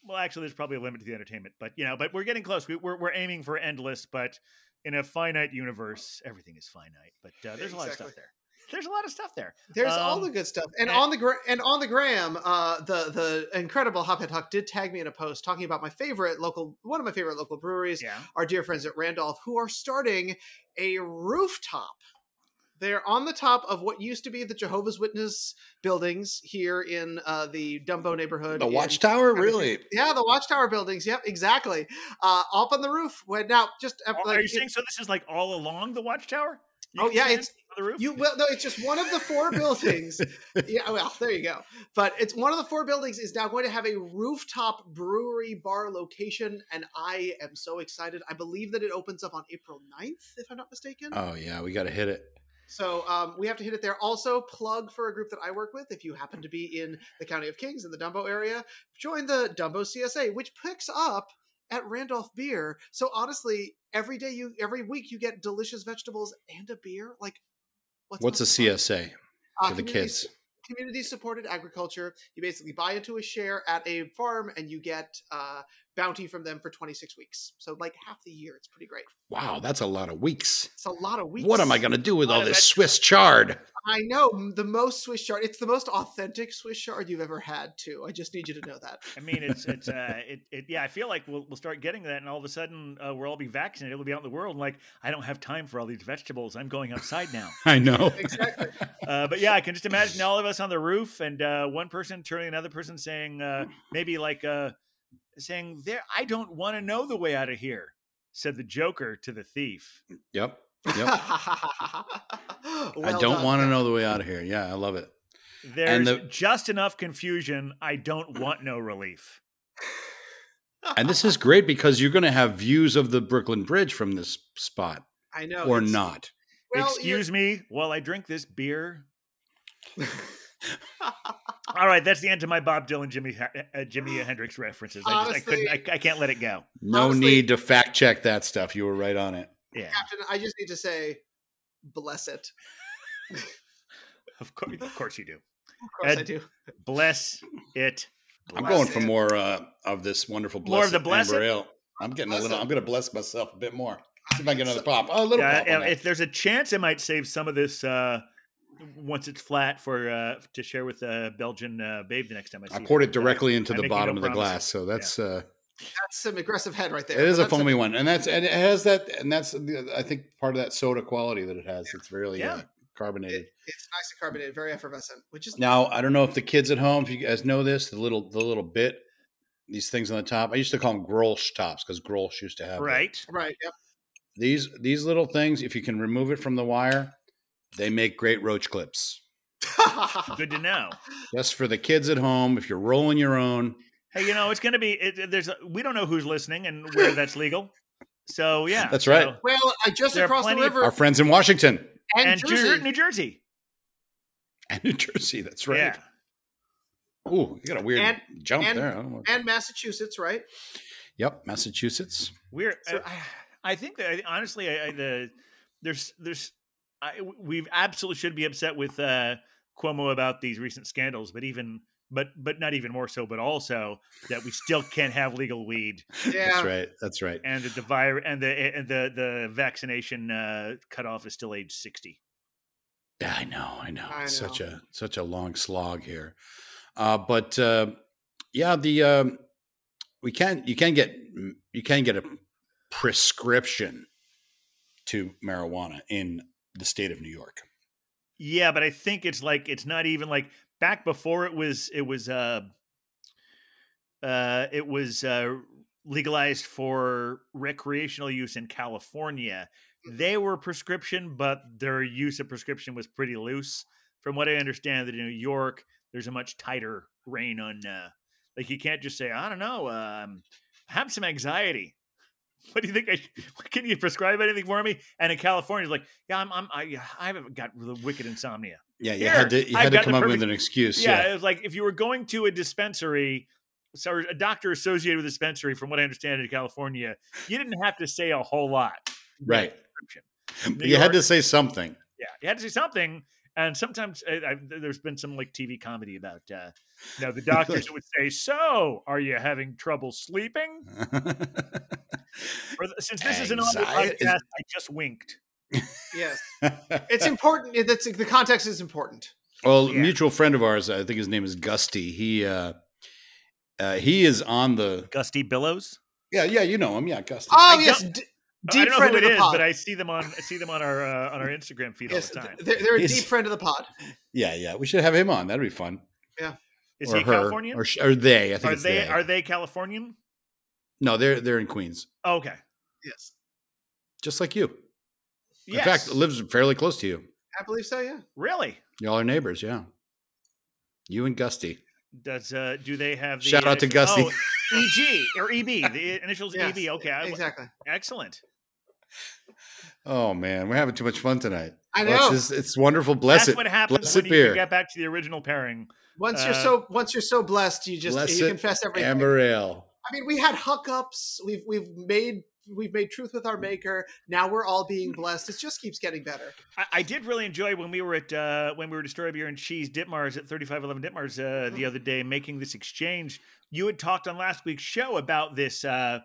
S1: Well, actually, there's probably a limit to the entertainment, but you know, but we're getting close. We, we're, we're aiming for endless, but in a finite universe, everything is finite. But uh, there's a lot of
S3: Exactly.
S1: stuff there. There's a lot of stuff there.
S3: There's all
S1: Um,
S3: the good stuff, and
S1: eh.
S3: on the gra- and on the gram, uh, the the incredible Hophead Huck did tag me in a post talking about my favorite local, one of my favorite local breweries,
S1: Yeah.
S3: our dear friends at Randolph, who are starting a rooftop. They're on the top of what used to be the Jehovah's Witness buildings here in uh, the Dumbo neighborhood.
S2: the
S3: in-
S2: watchtower really
S3: Yeah, the Watchtower buildings. Yep, exactly. Uh, up on the roof. When now, just uh,
S1: Are-
S3: like,
S1: Are you saying so? This is like all along the watchtower. You
S3: Oh,
S1: can
S3: yeah,
S1: stand
S3: it's-
S1: on the roof.
S3: You well, no, it's just one of the four buildings. Yeah, oh, well, there you go. But it's one of the four buildings is now going to have a rooftop brewery bar location, and I am so excited. I believe that it opens up on April 9th, if I'm not mistaken.
S2: oh yeah we gotta hit it
S3: So um, we have to hit it there. Also, plug for a group that I work with. If you happen to be in the County of Kings in the Dumbo area, join the Dumbo CSA, which picks up at Randolph Beer. So honestly, every day you, every week you get delicious vegetables and a beer. Like,
S2: what's a
S3: not to love?
S2: csa
S3: Uh,
S2: for the
S3: community-
S2: kids
S3: community supported agriculture. You basically buy into a share at a farm and you get uh, bounty from them for 26 weeks. So like half the year. It's pretty great.
S2: wow that's a lot of weeks
S3: It's a lot of weeks.
S2: What am I going to do with
S1: Lot
S2: all
S1: of
S2: this
S1: vegetables.
S2: Swiss chard?
S3: I know m- the most Swiss chard. It's the most authentic Swiss chard you've ever had, too. I just need you to know that.
S1: I mean, it's it's uh, it, it yeah. I feel like we'll we'll start getting that, and all of a sudden uh, we'll all be vaccinated. We'll be out in the world, and like I don't have time for all these vegetables. I'm going outside now.
S2: I know.
S3: Exactly.
S1: Uh, but yeah, I can just imagine all of us on the roof, and uh, one person turning to another person saying uh, maybe like uh, saying there, I don't want to know the way out of here. Said the Joker to the thief.
S2: Yep. Yep. I
S3: I
S2: don't want to know the way out of here. Yeah, I love it.
S1: There's
S2: the-
S1: just enough confusion. I don't want no relief.
S2: And this is great because you're going to have views of the Brooklyn Bridge from this spot
S3: I know.
S2: or
S3: it's-
S2: not.
S3: Well, you're-
S1: Excuse me while I drink this beer. All right, that's the end of my Bob Dylan, Jimmy uh, Jimmy Hendrix references. I, just, I couldn't, I, I can't let it go.
S2: No
S3: Honestly-
S2: need to fact check that stuff. You were right on it.
S1: Yeah,
S3: Captain, I just need to say, bless it.
S1: of course, of course you do.
S3: Of course, I
S1: Ed-
S3: do.
S1: Bless it.
S2: I'm
S1: Bless
S2: going
S1: it.
S2: for more uh, of this wonderful blessed
S1: More of the blessed?
S2: amber ale. I'm getting a
S3: Blessed.
S2: little. I'm going to bless myself a bit more. See if I can get another pop. Oh, a little
S1: Yeah,
S2: pop. on
S1: if-
S2: that.
S1: Uh, if there's a chance, I might save some of this uh, once it's flat for uh, to share with uh, Belgian uh, babe the next time I see.
S2: I
S1: her.
S2: poured it directly into
S1: I'm
S2: the
S1: making
S2: bottom
S1: no
S2: of the
S1: promises.
S2: glass, so that's uh,
S3: That's some aggressive head right there.
S2: it is a
S3: That's
S2: foamy one, and that's and it has that, and that's the- I think part of that soda quality that it has. It's really
S1: Yeah.
S2: uh, carbonated.
S3: It's nice and carbonated, very effervescent, which is
S2: Now I don't know if the kids at home, if you guys know this, the little the little bit, these things on the top. I used to call them Grolsch tops because Grolsch used to have them.
S1: Right.
S3: right. Yep.
S2: these these little things. If you can remove it from the wire, they make great roach clips.
S1: Good to know.
S2: Just for the kids at home, if you're rolling your own,
S1: Hey, you know it's going to be. It, it- there's. We don't know who's listening and where that's legal. So yeah,
S2: That's right.
S1: so-
S3: well, I just
S1: There are
S3: across the
S1: plenty of-
S3: river
S2: our friends in Washington
S3: and,
S1: and,
S3: Jersey.
S1: New Jersey.
S2: and New Jersey, that's right.
S1: Yeah.
S2: Ooh, you got a weird
S3: And-
S2: jump
S3: and-
S2: there. I don't know.
S3: and Massachusetts, right?
S2: Yep, Massachusetts.
S1: We're.
S3: So-
S1: I, I think that honestly, I, I, the there's there's I, we absolutely should be upset with uh, Cuomo about these recent scandals, but even but but not even more so, but also that we still can't have legal weed
S3: Yeah.
S2: That's right. That's right.
S1: and that the virus and the and the the vaccination uh, cutoff is still age sixty.
S2: Yeah, I know. I know.
S3: I
S2: it's such
S3: know.
S2: a such a long slog here. Uh, but uh, yeah, the um, we can you can get mm, you can get a prescription to marijuana in the state of New York.
S1: Yeah, but I think it's like it's not even like back before it was it was uh uh it was uh legalized for recreational use in California. They were prescription, but their use of prescription was pretty loose. From what I understand, that in New York there's a much tighter rein on uh like you can't just say, I don't know, um I have some anxiety. What do you think? I should, can you prescribe anything for me? And in California, it's like, yeah, I'm, I'm, I, I haven't got the wicked insomnia.
S2: Yeah, you
S1: Here,
S2: had to you
S1: I've
S2: had to
S1: got the
S2: come up
S1: perfect-
S2: with an excuse.
S1: Yeah,
S2: Yeah,
S1: it was like if you were going to a dispensary, so a doctor associated with a dispensary, from what I understand in California, you didn't have to say a whole lot.
S2: right.
S1: New
S2: you had to
S1: York-
S2: say something.
S1: yeah, you had to say something. And sometimes eh, I, I, there's been some like TV comedy about, uh, you know, the doctors would say, "So, are you having trouble sleeping?" Or, th- since this is an audio
S2: Anxiety- is-
S1: podcast, I just winked.
S3: Yes. It's important. It- That's the context is important.
S2: Well,
S1: Yeah.
S2: mutual friend of ours, I think his name is Gusty. He uh, uh, he is on the
S1: Gusty Billows.
S2: yeah yeah you know him yeah Gusty.
S3: Oh
S1: I
S3: yes, d-
S1: I
S3: deep
S1: don't know
S3: friend
S1: who
S3: of
S1: it
S3: the
S1: is,
S3: pod.
S1: but I see them on I see them on our uh, on our Instagram feed
S3: yes,
S1: all the time.
S3: they're, they're a
S2: He's-
S3: deep friend of the pod.
S2: yeah yeah we should have him on. That'd be fun.
S1: Is
S2: or
S1: he
S2: her,
S1: Californian?
S2: or, sh- or they? I think
S1: are
S2: it's
S1: they
S2: they.
S1: are they Californian?
S2: no, they're they're in Queens,
S1: Oh, okay.
S3: Yes,
S2: just like you.
S1: Yes.
S2: In fact, lives fairly close to you.
S3: I believe so. Yeah.
S1: really?
S2: Y'all are neighbors. Yeah, you and Gusty.
S1: Does uh do they have the
S2: Shout out to Gusty.
S1: Oh, EG or EB, the initials
S3: Yes,
S1: EB. Okay, I-
S3: Exactly.
S1: excellent.
S2: Oh man, we're having too much fun tonight.
S3: I
S2: Well,
S3: know.
S2: It's, just- it's wonderful. Bless
S1: That's
S2: it.
S1: what happens
S2: Bless
S1: when
S2: it
S1: you
S2: beer.
S1: get back to the original pairing.
S3: once you're
S1: uh,
S3: so once you're so blessed, you just
S2: Bless
S3: you
S2: it,
S3: confess everything.
S2: Amber ale.
S3: I mean, we had hookups. We've we've made we've made truth with
S1: Mm.
S3: our maker. Now we're all being blessed. It just keeps getting better.
S1: I, I did really enjoy when we were at uh, when we were at Destroy Beer and Cheese Ditmars at 3511 Ditmars uh,
S3: Mm-hmm.
S1: the other day making this exchange. You had talked on last week's show about this. Uh,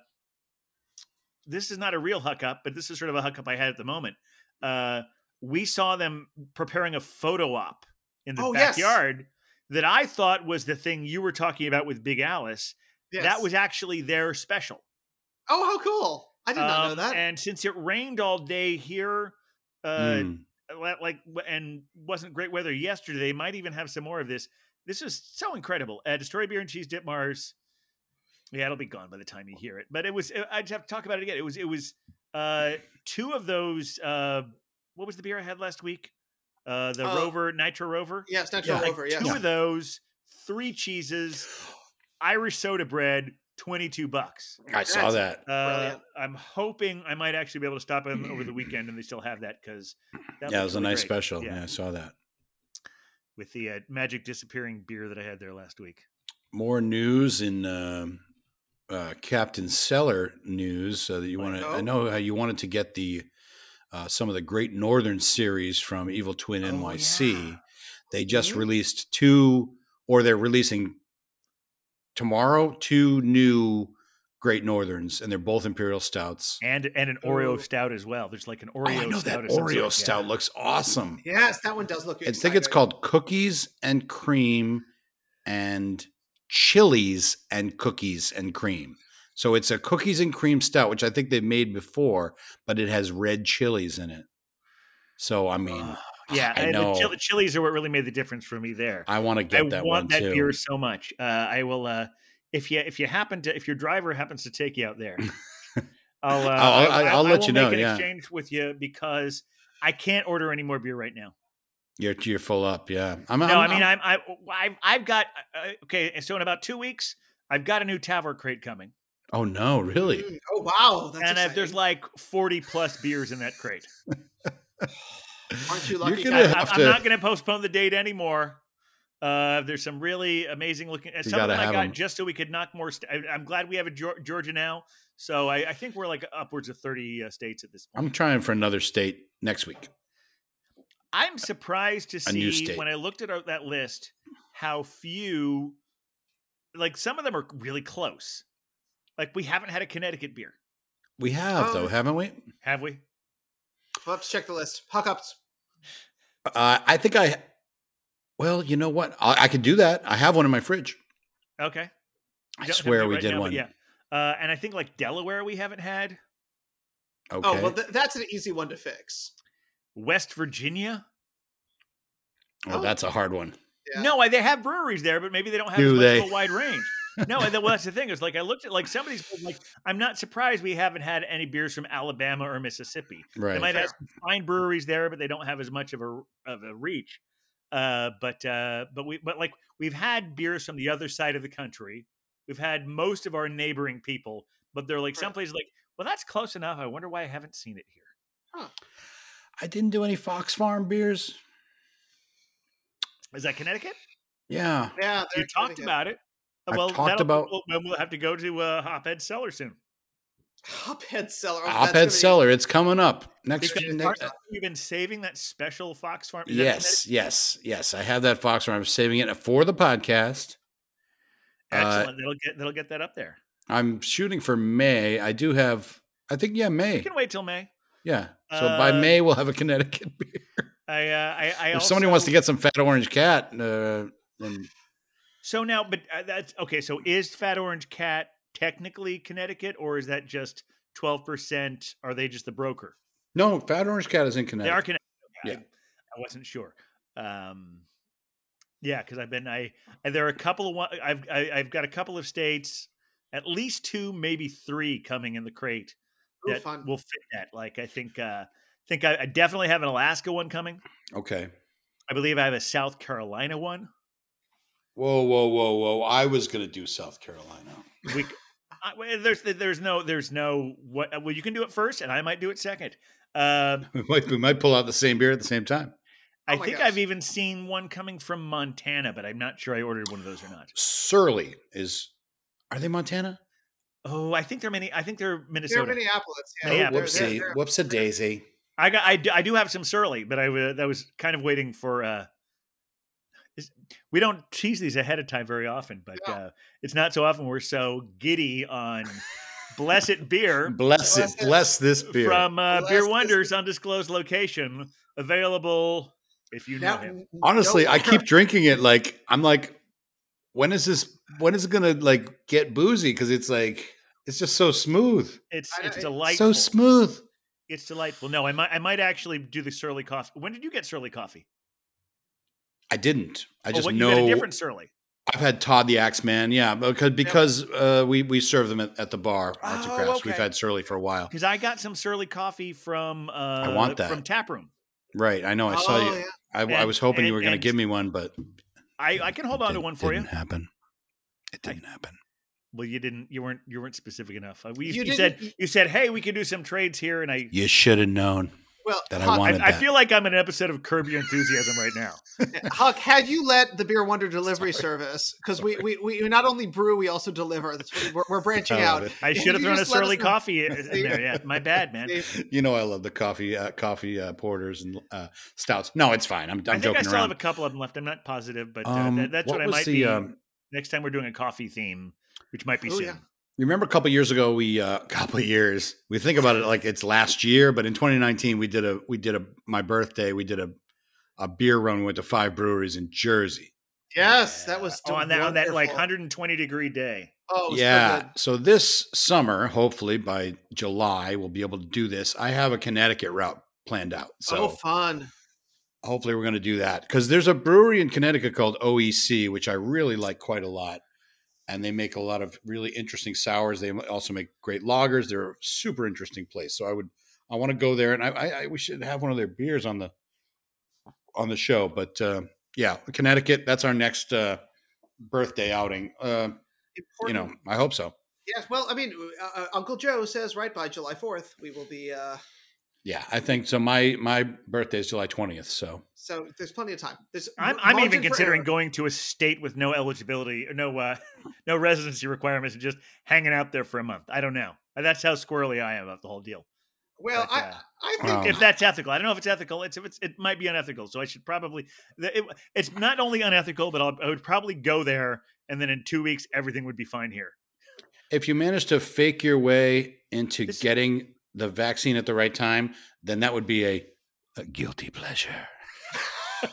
S1: this is not a real hookup, but this is sort of a hookup I had at the moment. Uh, we saw them preparing a photo op in the
S3: Oh, yes.
S1: backyard that I thought was the thing you were talking about with Big Alice.
S3: Yes.
S1: That was actually their special.
S3: oh how cool! I did not know
S1: Um,
S3: that.
S1: And since it rained all day here, uh,
S2: Mm.
S1: li- like w- and wasn't great weather yesterday. They might even have some more of this. This is so incredible. Uh, Destroy beer and cheese dip Mars. Yeah, it'll be gone by the time you
S3: Oh.
S1: hear it. But it was. I- I just have to talk about it again. It was. It was uh, two of those. Uh, what was the beer I had last week? Uh, the
S3: Uh,
S1: Rover Nitro Rover.
S3: yes, natural
S2: yeah.
S1: Like
S3: over. Yes.
S1: Two of those. Three cheeses. Irish soda bread. Twenty-two bucks.
S2: I saw that.
S1: Uh,
S3: Brilliant.
S1: I'm hoping I might actually be able to stop them over the weekend, and they still have that because
S2: Yeah, it was a nice special. Yeah. I saw that.
S1: with the uh, magic disappearing beer that I had there last week.
S2: More news in um uh, Captain Cellar news uh, that you want to. I know how you wanted to get the uh, some of the Great Northern series from Evil Twin
S1: Oh,
S2: NYC.
S1: yeah.
S2: They just
S3: Mhm.
S2: released two, or they're releasing tomorrow two new Great Northerns, and they're both Imperial Stouts.
S1: And and an Oreo
S3: Ooh.
S1: stout as well. There's like an
S2: Oh,
S1: Oreo
S2: I know
S1: stout.
S2: that
S1: of some
S2: Oreo
S1: sort,
S2: Stout
S1: yeah.
S2: looks awesome.
S3: Yes, that one does look.
S2: I think it's
S3: exciting.
S2: called Cookies and Cream and Chilies and Cookies and Cream. So it's a cookies and cream stout, which I think they've made before, but it has red chilies in it. So I mean,
S1: Ah, Yeah,
S2: I
S1: and
S2: know.
S1: The chili- chilies are what really made the difference for me there.
S2: I want to
S1: I
S2: get that one
S1: want that
S2: too.
S1: beer so much. Uh, I will. Uh, if you if you happen to if your driver happens to take you out there, I'll uh,
S2: I'll-
S1: I-
S2: I'll-
S1: I-
S2: I'll
S1: I
S2: let
S1: will
S2: you
S1: make
S2: know,
S1: An
S2: yeah.
S1: exchange with you because I can't order any more beer right now.
S2: You're you're full up, yeah. I'm,
S1: No, I mean I'm, I I've, I've got uh, okay. So in about two weeks, I've got a new Tavor crate coming,
S2: oh no, really?
S3: Mm, oh wow, that's
S1: and uh, there's
S3: exciting.
S1: like forty plus beers in that crate. Mm,
S3: Aren't you lucky?
S2: You're
S1: I,
S2: gonna
S1: I-
S2: have
S1: I'm
S2: to.
S1: not going to postpone the date anymore. Uh, there's some really amazing looking. and
S2: You
S1: Some of them
S2: gotta
S1: I
S2: have
S1: got
S2: 'em.
S1: just so we could knock more. St- I, am glad we have a Geor- Georgia now. So I, I think we're like upwards of 30 uh, states at this point.
S2: I'm trying for another state next week.
S1: I'm surprised to
S2: a new
S1: see
S2: state.
S1: when I looked at our, that list how few, like some of them are really close. Like we haven't had a Connecticut beer,
S2: We have
S3: Oh.
S2: though, haven't we?
S1: have we?
S3: We'll have to check the list. Hookups.
S2: Uh, I think I. Well, you know what? I, I could do that. I have one in my fridge.
S1: Okay,
S2: I
S1: Don't have
S2: swear
S1: it
S2: we
S1: right
S2: did
S1: now, but
S2: one.
S1: Yeah, uh, and I think like Delaware we haven't had.
S2: Okay.
S3: Oh well, th- that's an easy one to fix.
S1: West Virginia.
S2: oh,
S3: oh.
S2: that's a hard one.
S3: Yeah.
S1: No, I- they have breweries there, but maybe they don't have
S2: Do
S1: as much
S2: they?
S1: of a wide range. No, and then, well, that's the thing is like I looked at like some of these. Like I'm not surprised we haven't had any beers from Alabama or Mississippi.
S2: Right.
S1: They might have
S3: Fair.
S1: some fine breweries there, but they don't have as much of a of a reach. Uh, but uh, but we but like we've had beers from the other side of the country. We've had most of our neighboring people, but they're like some
S3: Right.
S1: places like, well, that's close enough. I wonder why I haven't seen it here.
S2: I didn't do any Fox Farm beers.
S1: Is that Connecticut?
S2: Yeah.
S3: Yeah,
S1: You
S3: they're
S1: talked
S3: Connecticut.
S1: about it. Uh,
S2: I've
S1: well,
S2: talked
S1: that'll-
S2: about-
S1: We'll, we'll have to go to uh, Hophead Cellar soon.
S3: Hophead seller. Oh, that's gonna
S2: Op-Ed
S3: be-
S2: Cellar. It's coming up next.
S1: Because
S2: next
S1: aren't you been saving that special Fox Farm. is that
S2: yes, yes, yes. I have that Fox Farm. I'm saving it for the podcast.
S1: Connecticut?
S2: uh
S1: excellent. that'll get that'll get that up there.
S2: I'm shooting for May. I do have. I think yeah,
S1: You
S2: May.
S1: can wait till May.
S2: Yeah. So by
S1: Uh,
S2: May we'll have a Connecticut beer.
S1: I uh, I, I
S2: If
S1: also,
S2: somebody wants to get some Fat Orange Cat, uh, then
S1: so now, but uh, that's okay. So is Fat Orange Cat technically Connecticut, or is that just twelve percent? Are they just the broker?
S2: no, Fat Orange Cat is in
S1: They are
S2: Connecticut.
S1: Connecticut. Okay, I,
S2: Yeah.
S1: I wasn't sure. Um, yeah, because I've been I I- there are a couple of one- I've I, I've got a couple of states, at least two, maybe three coming in the crate
S3: Ooh,
S1: that
S3: fun.
S1: will fit that. Like I think uh think I, I definitely have an Alaska one coming.
S2: Okay.
S1: I believe I have a South Carolina one.
S2: Whoa, whoa, whoa, whoa! I was gonna do South Carolina.
S1: We, c- I, well, there's there's no there's no what well you can do it first and I might do it second. Um,
S2: We might, we might pull out the same beer at the same time.
S1: I
S3: Oh my
S1: think
S3: gosh.
S1: I've even seen one coming from Montana, but I'm not sure I ordered one of those or not.
S2: Surly is. Are they Montana?
S1: Oh, I think they're many. I think they're
S3: They're
S1: Minnesota.
S3: Minneapolis. Yeah,
S1: Oh,
S3: they're- they're-
S2: Whoopsie,
S3: they're-
S2: whoopsie daisy.
S1: I got. I do, I do have some surly, but I wa- that was kind of waiting for. uh is- We don't tease these ahead of time very often, but
S3: No.
S1: uh, it's not so often we're so giddy on blessed beer
S2: Bless it,
S3: Bless it.
S2: bless this beer.
S1: from uh,
S3: Blessed
S1: Beer
S3: is-
S1: Wonders undisclosed location available if you know
S3: now-
S1: him.
S2: Honestly,
S3: no-
S2: I keep drinking it. Like I'm like, when is this? When is it gonna like get boozy? Because it's like it's just so smooth,
S1: It's
S3: I-
S1: it's
S3: I- so
S1: delightful.
S2: so smooth.
S1: It's delightful. No, I might I might actually do the surly coffee. When did you get surly coffee?
S2: I didn't. I
S1: Oh,
S2: just
S1: what, you got a
S2: know
S1: different surly.
S2: I've had Todd the Axeman. Yeah, because because uh, we we serve them at, at the bar Arts and
S1: Oh,
S2: Crafts. We've
S1: okay.
S2: had Surly for a while.
S1: Because I got some surly coffee from uh, I
S2: want that.
S1: from Taproom.
S2: Right. I know. I saw
S3: Oh,
S2: you.
S3: yeah.
S2: I, I
S1: And-
S2: was hoping you
S1: and-
S2: were going to
S1: and-
S2: give me one, but
S1: I, I can hold on to
S2: didn't-
S1: one for you.
S2: didn't happen. It
S1: I-
S2: didn't happen.
S1: Well, you didn't. You weren't. You weren't specific enough. Uh, We,
S3: You
S1: you,
S3: didn't-
S1: said
S3: you-
S1: you said, "Hey, we can do some trades here," and I.
S2: You should have known.
S3: Well,
S2: that I
S3: Huck,
S2: wanted.
S1: I, I
S2: that.
S1: feel like I'm in an episode of Curb Your Enthusiasm right now.
S3: Huck, had you let the Beer Wonder delivery service, because we, we we not only brew, we also deliver. That's what we're, we're branching
S2: I love
S3: out.
S2: it.
S1: I should have
S3: You
S1: thrown a
S3: just let us
S1: surly
S3: know.
S1: coffee in, in there. Yeah, my bad, man.
S3: They-
S2: you know I love the coffee uh, coffee uh, porters and uh, stouts. No, it's fine. I'm, I'm
S1: i think I
S2: joking
S1: still
S2: around.
S1: have a couple of them left. I'm not positive, but uh,
S2: Um,
S1: that, that's what, I
S2: was
S1: might
S2: the,
S1: be.
S2: um,
S1: Next time we're doing a coffee theme, which might be
S3: Oh,
S1: soon.
S3: yeah.
S2: you remember a couple years ago we uh, a couple years we think about it like it's last year, but in 2019 we did a we did a my birthday we did a a beer run. We went to five breweries in Jersey.
S3: yes, that was
S1: Uh, on Oh, that on that like
S3: wonderful.
S1: 120 degree day.
S3: Oh, it was so
S2: yeah.
S3: good.
S2: So this summer, hopefully by July, we'll be able to do this. I have a Connecticut route planned out. So
S3: oh, fun.
S2: hopefully we're going to do that because there's a brewery in connecticut called oec which i really like quite a lot and they make a lot of really interesting sours they also make great lagers they're a super interesting place so i would i want to go there and I, I, I we should have one of their beers on the on the show but uh, yeah connecticut that's our next uh, birthday outing uh, you
S3: Important.
S2: know i hope so
S3: Yes. Well, I mean, uh, uh, Uncle Joe says right by July 4th, we will be. Uh,
S2: yeah i think so my my birthday is july 20th so
S3: so there's plenty of time. There's
S1: I'm
S3: m-
S1: I'm
S3: margin
S1: even
S3: for
S1: considering
S3: error.
S1: going to a state with no eligibility, no uh, no residency requirements, and just hanging out there for a month. I don't know. Uh, That's how squirrely I am about the whole deal.
S3: Well,
S1: but,
S3: I,
S1: uh,
S3: I
S2: Wow.
S3: think
S1: if that's ethical. I don't know if it's ethical. It's if it's it might be unethical. So I should probably the- it, it's not only unethical, but I'll, I would probably go there and then in two weeks everything would be fine here.
S2: if you manage to fake your way into
S1: This-
S2: getting the vaccine at the right time, then that would be a, a guilty pleasure.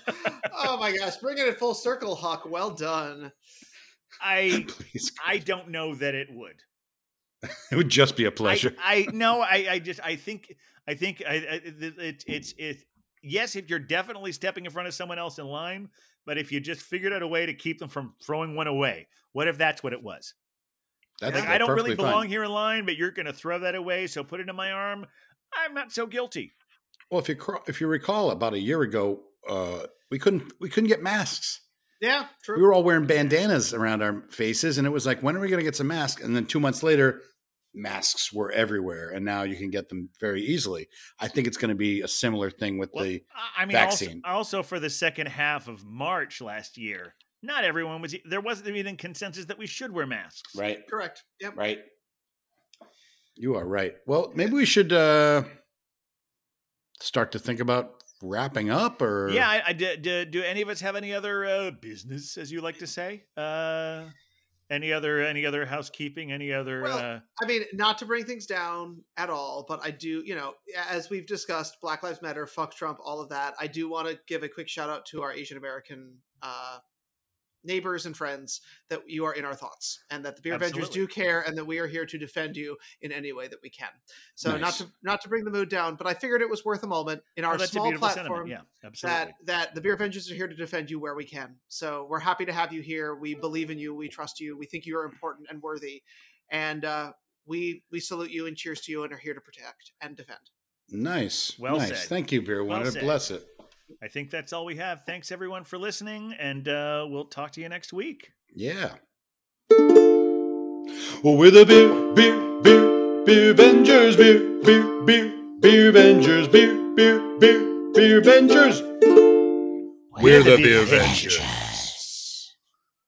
S3: oh my gosh, bringing it full circle, Huck. Well done.
S1: I
S2: Please,
S1: I don't know that it would.
S2: it would just be a pleasure.
S1: I, I no. I I just I think I think I, I it, it, it's it. Yes, if you're definitely stepping in front of someone else in line, but if you just figured out a way to keep them from throwing one away, what if that's what it was?
S2: I,
S1: Like, I don't really belong here in line, but you're going to throw that away, so put it in my arm. I'm not so guilty.
S2: Well, if you cr- if you recall, about a year ago, uh, we couldn't we couldn't get masks.
S3: Yeah, true.
S2: We were all wearing bandanas around our faces, and it was like, when are we going to get some masks? And then two months later, masks were everywhere, and now you can get them very easily. I think it's going to be a similar thing with
S1: Well,
S2: the
S1: I- I mean, also,
S2: vaccine.
S1: also for the second half of March last year, not everyone was. e, There wasn't even consensus that we should wear masks.
S2: right.
S3: Correct. Yep.
S2: Right. You are right. Well, maybe we should uh start to think about wrapping up or
S1: Yeah. I, I do, do, do any of us have any other uh, business, as you like to say? Uh, any other any other housekeeping? Any other?
S3: Well,
S1: uh,
S3: I mean, not to bring things down at all, but I do, you know, as we've discussed, Black Lives Matter, fuck Trump, all of that. I do want to give a quick shout out to our Asian American uh, neighbors and friends that you are in our thoughts and that the Beer Avengers do
S1: Absolutely.
S3: care and that we are here to defend you in any way that we can. So not
S2: Nice.
S3: to not to bring the mood down, but I figured it was worth a moment in our
S1: well, that's a
S3: small
S1: beautiful
S3: platform
S1: sentiment. Yeah, absolutely.
S3: that that the beer avengers are here to defend you where we can so we're happy to have you here we believe in you we trust you we think you are important and worthy and uh, we we salute you and cheers to you and are here to protect and defend
S2: nice.
S1: Well
S2: nice.
S1: said.
S2: Thank you, Beer
S1: Well
S2: Winner.
S1: said.
S2: Bless it.
S1: I think that's all we have. Thanks everyone for listening, and uh, we'll talk to you next week.
S2: Yeah. Well, we're the beer, beer, beer, beer Avengers, beer, beer, beer, beer Avengers, beer, beer, beer, beer Avengers. We're the Beer Avengers.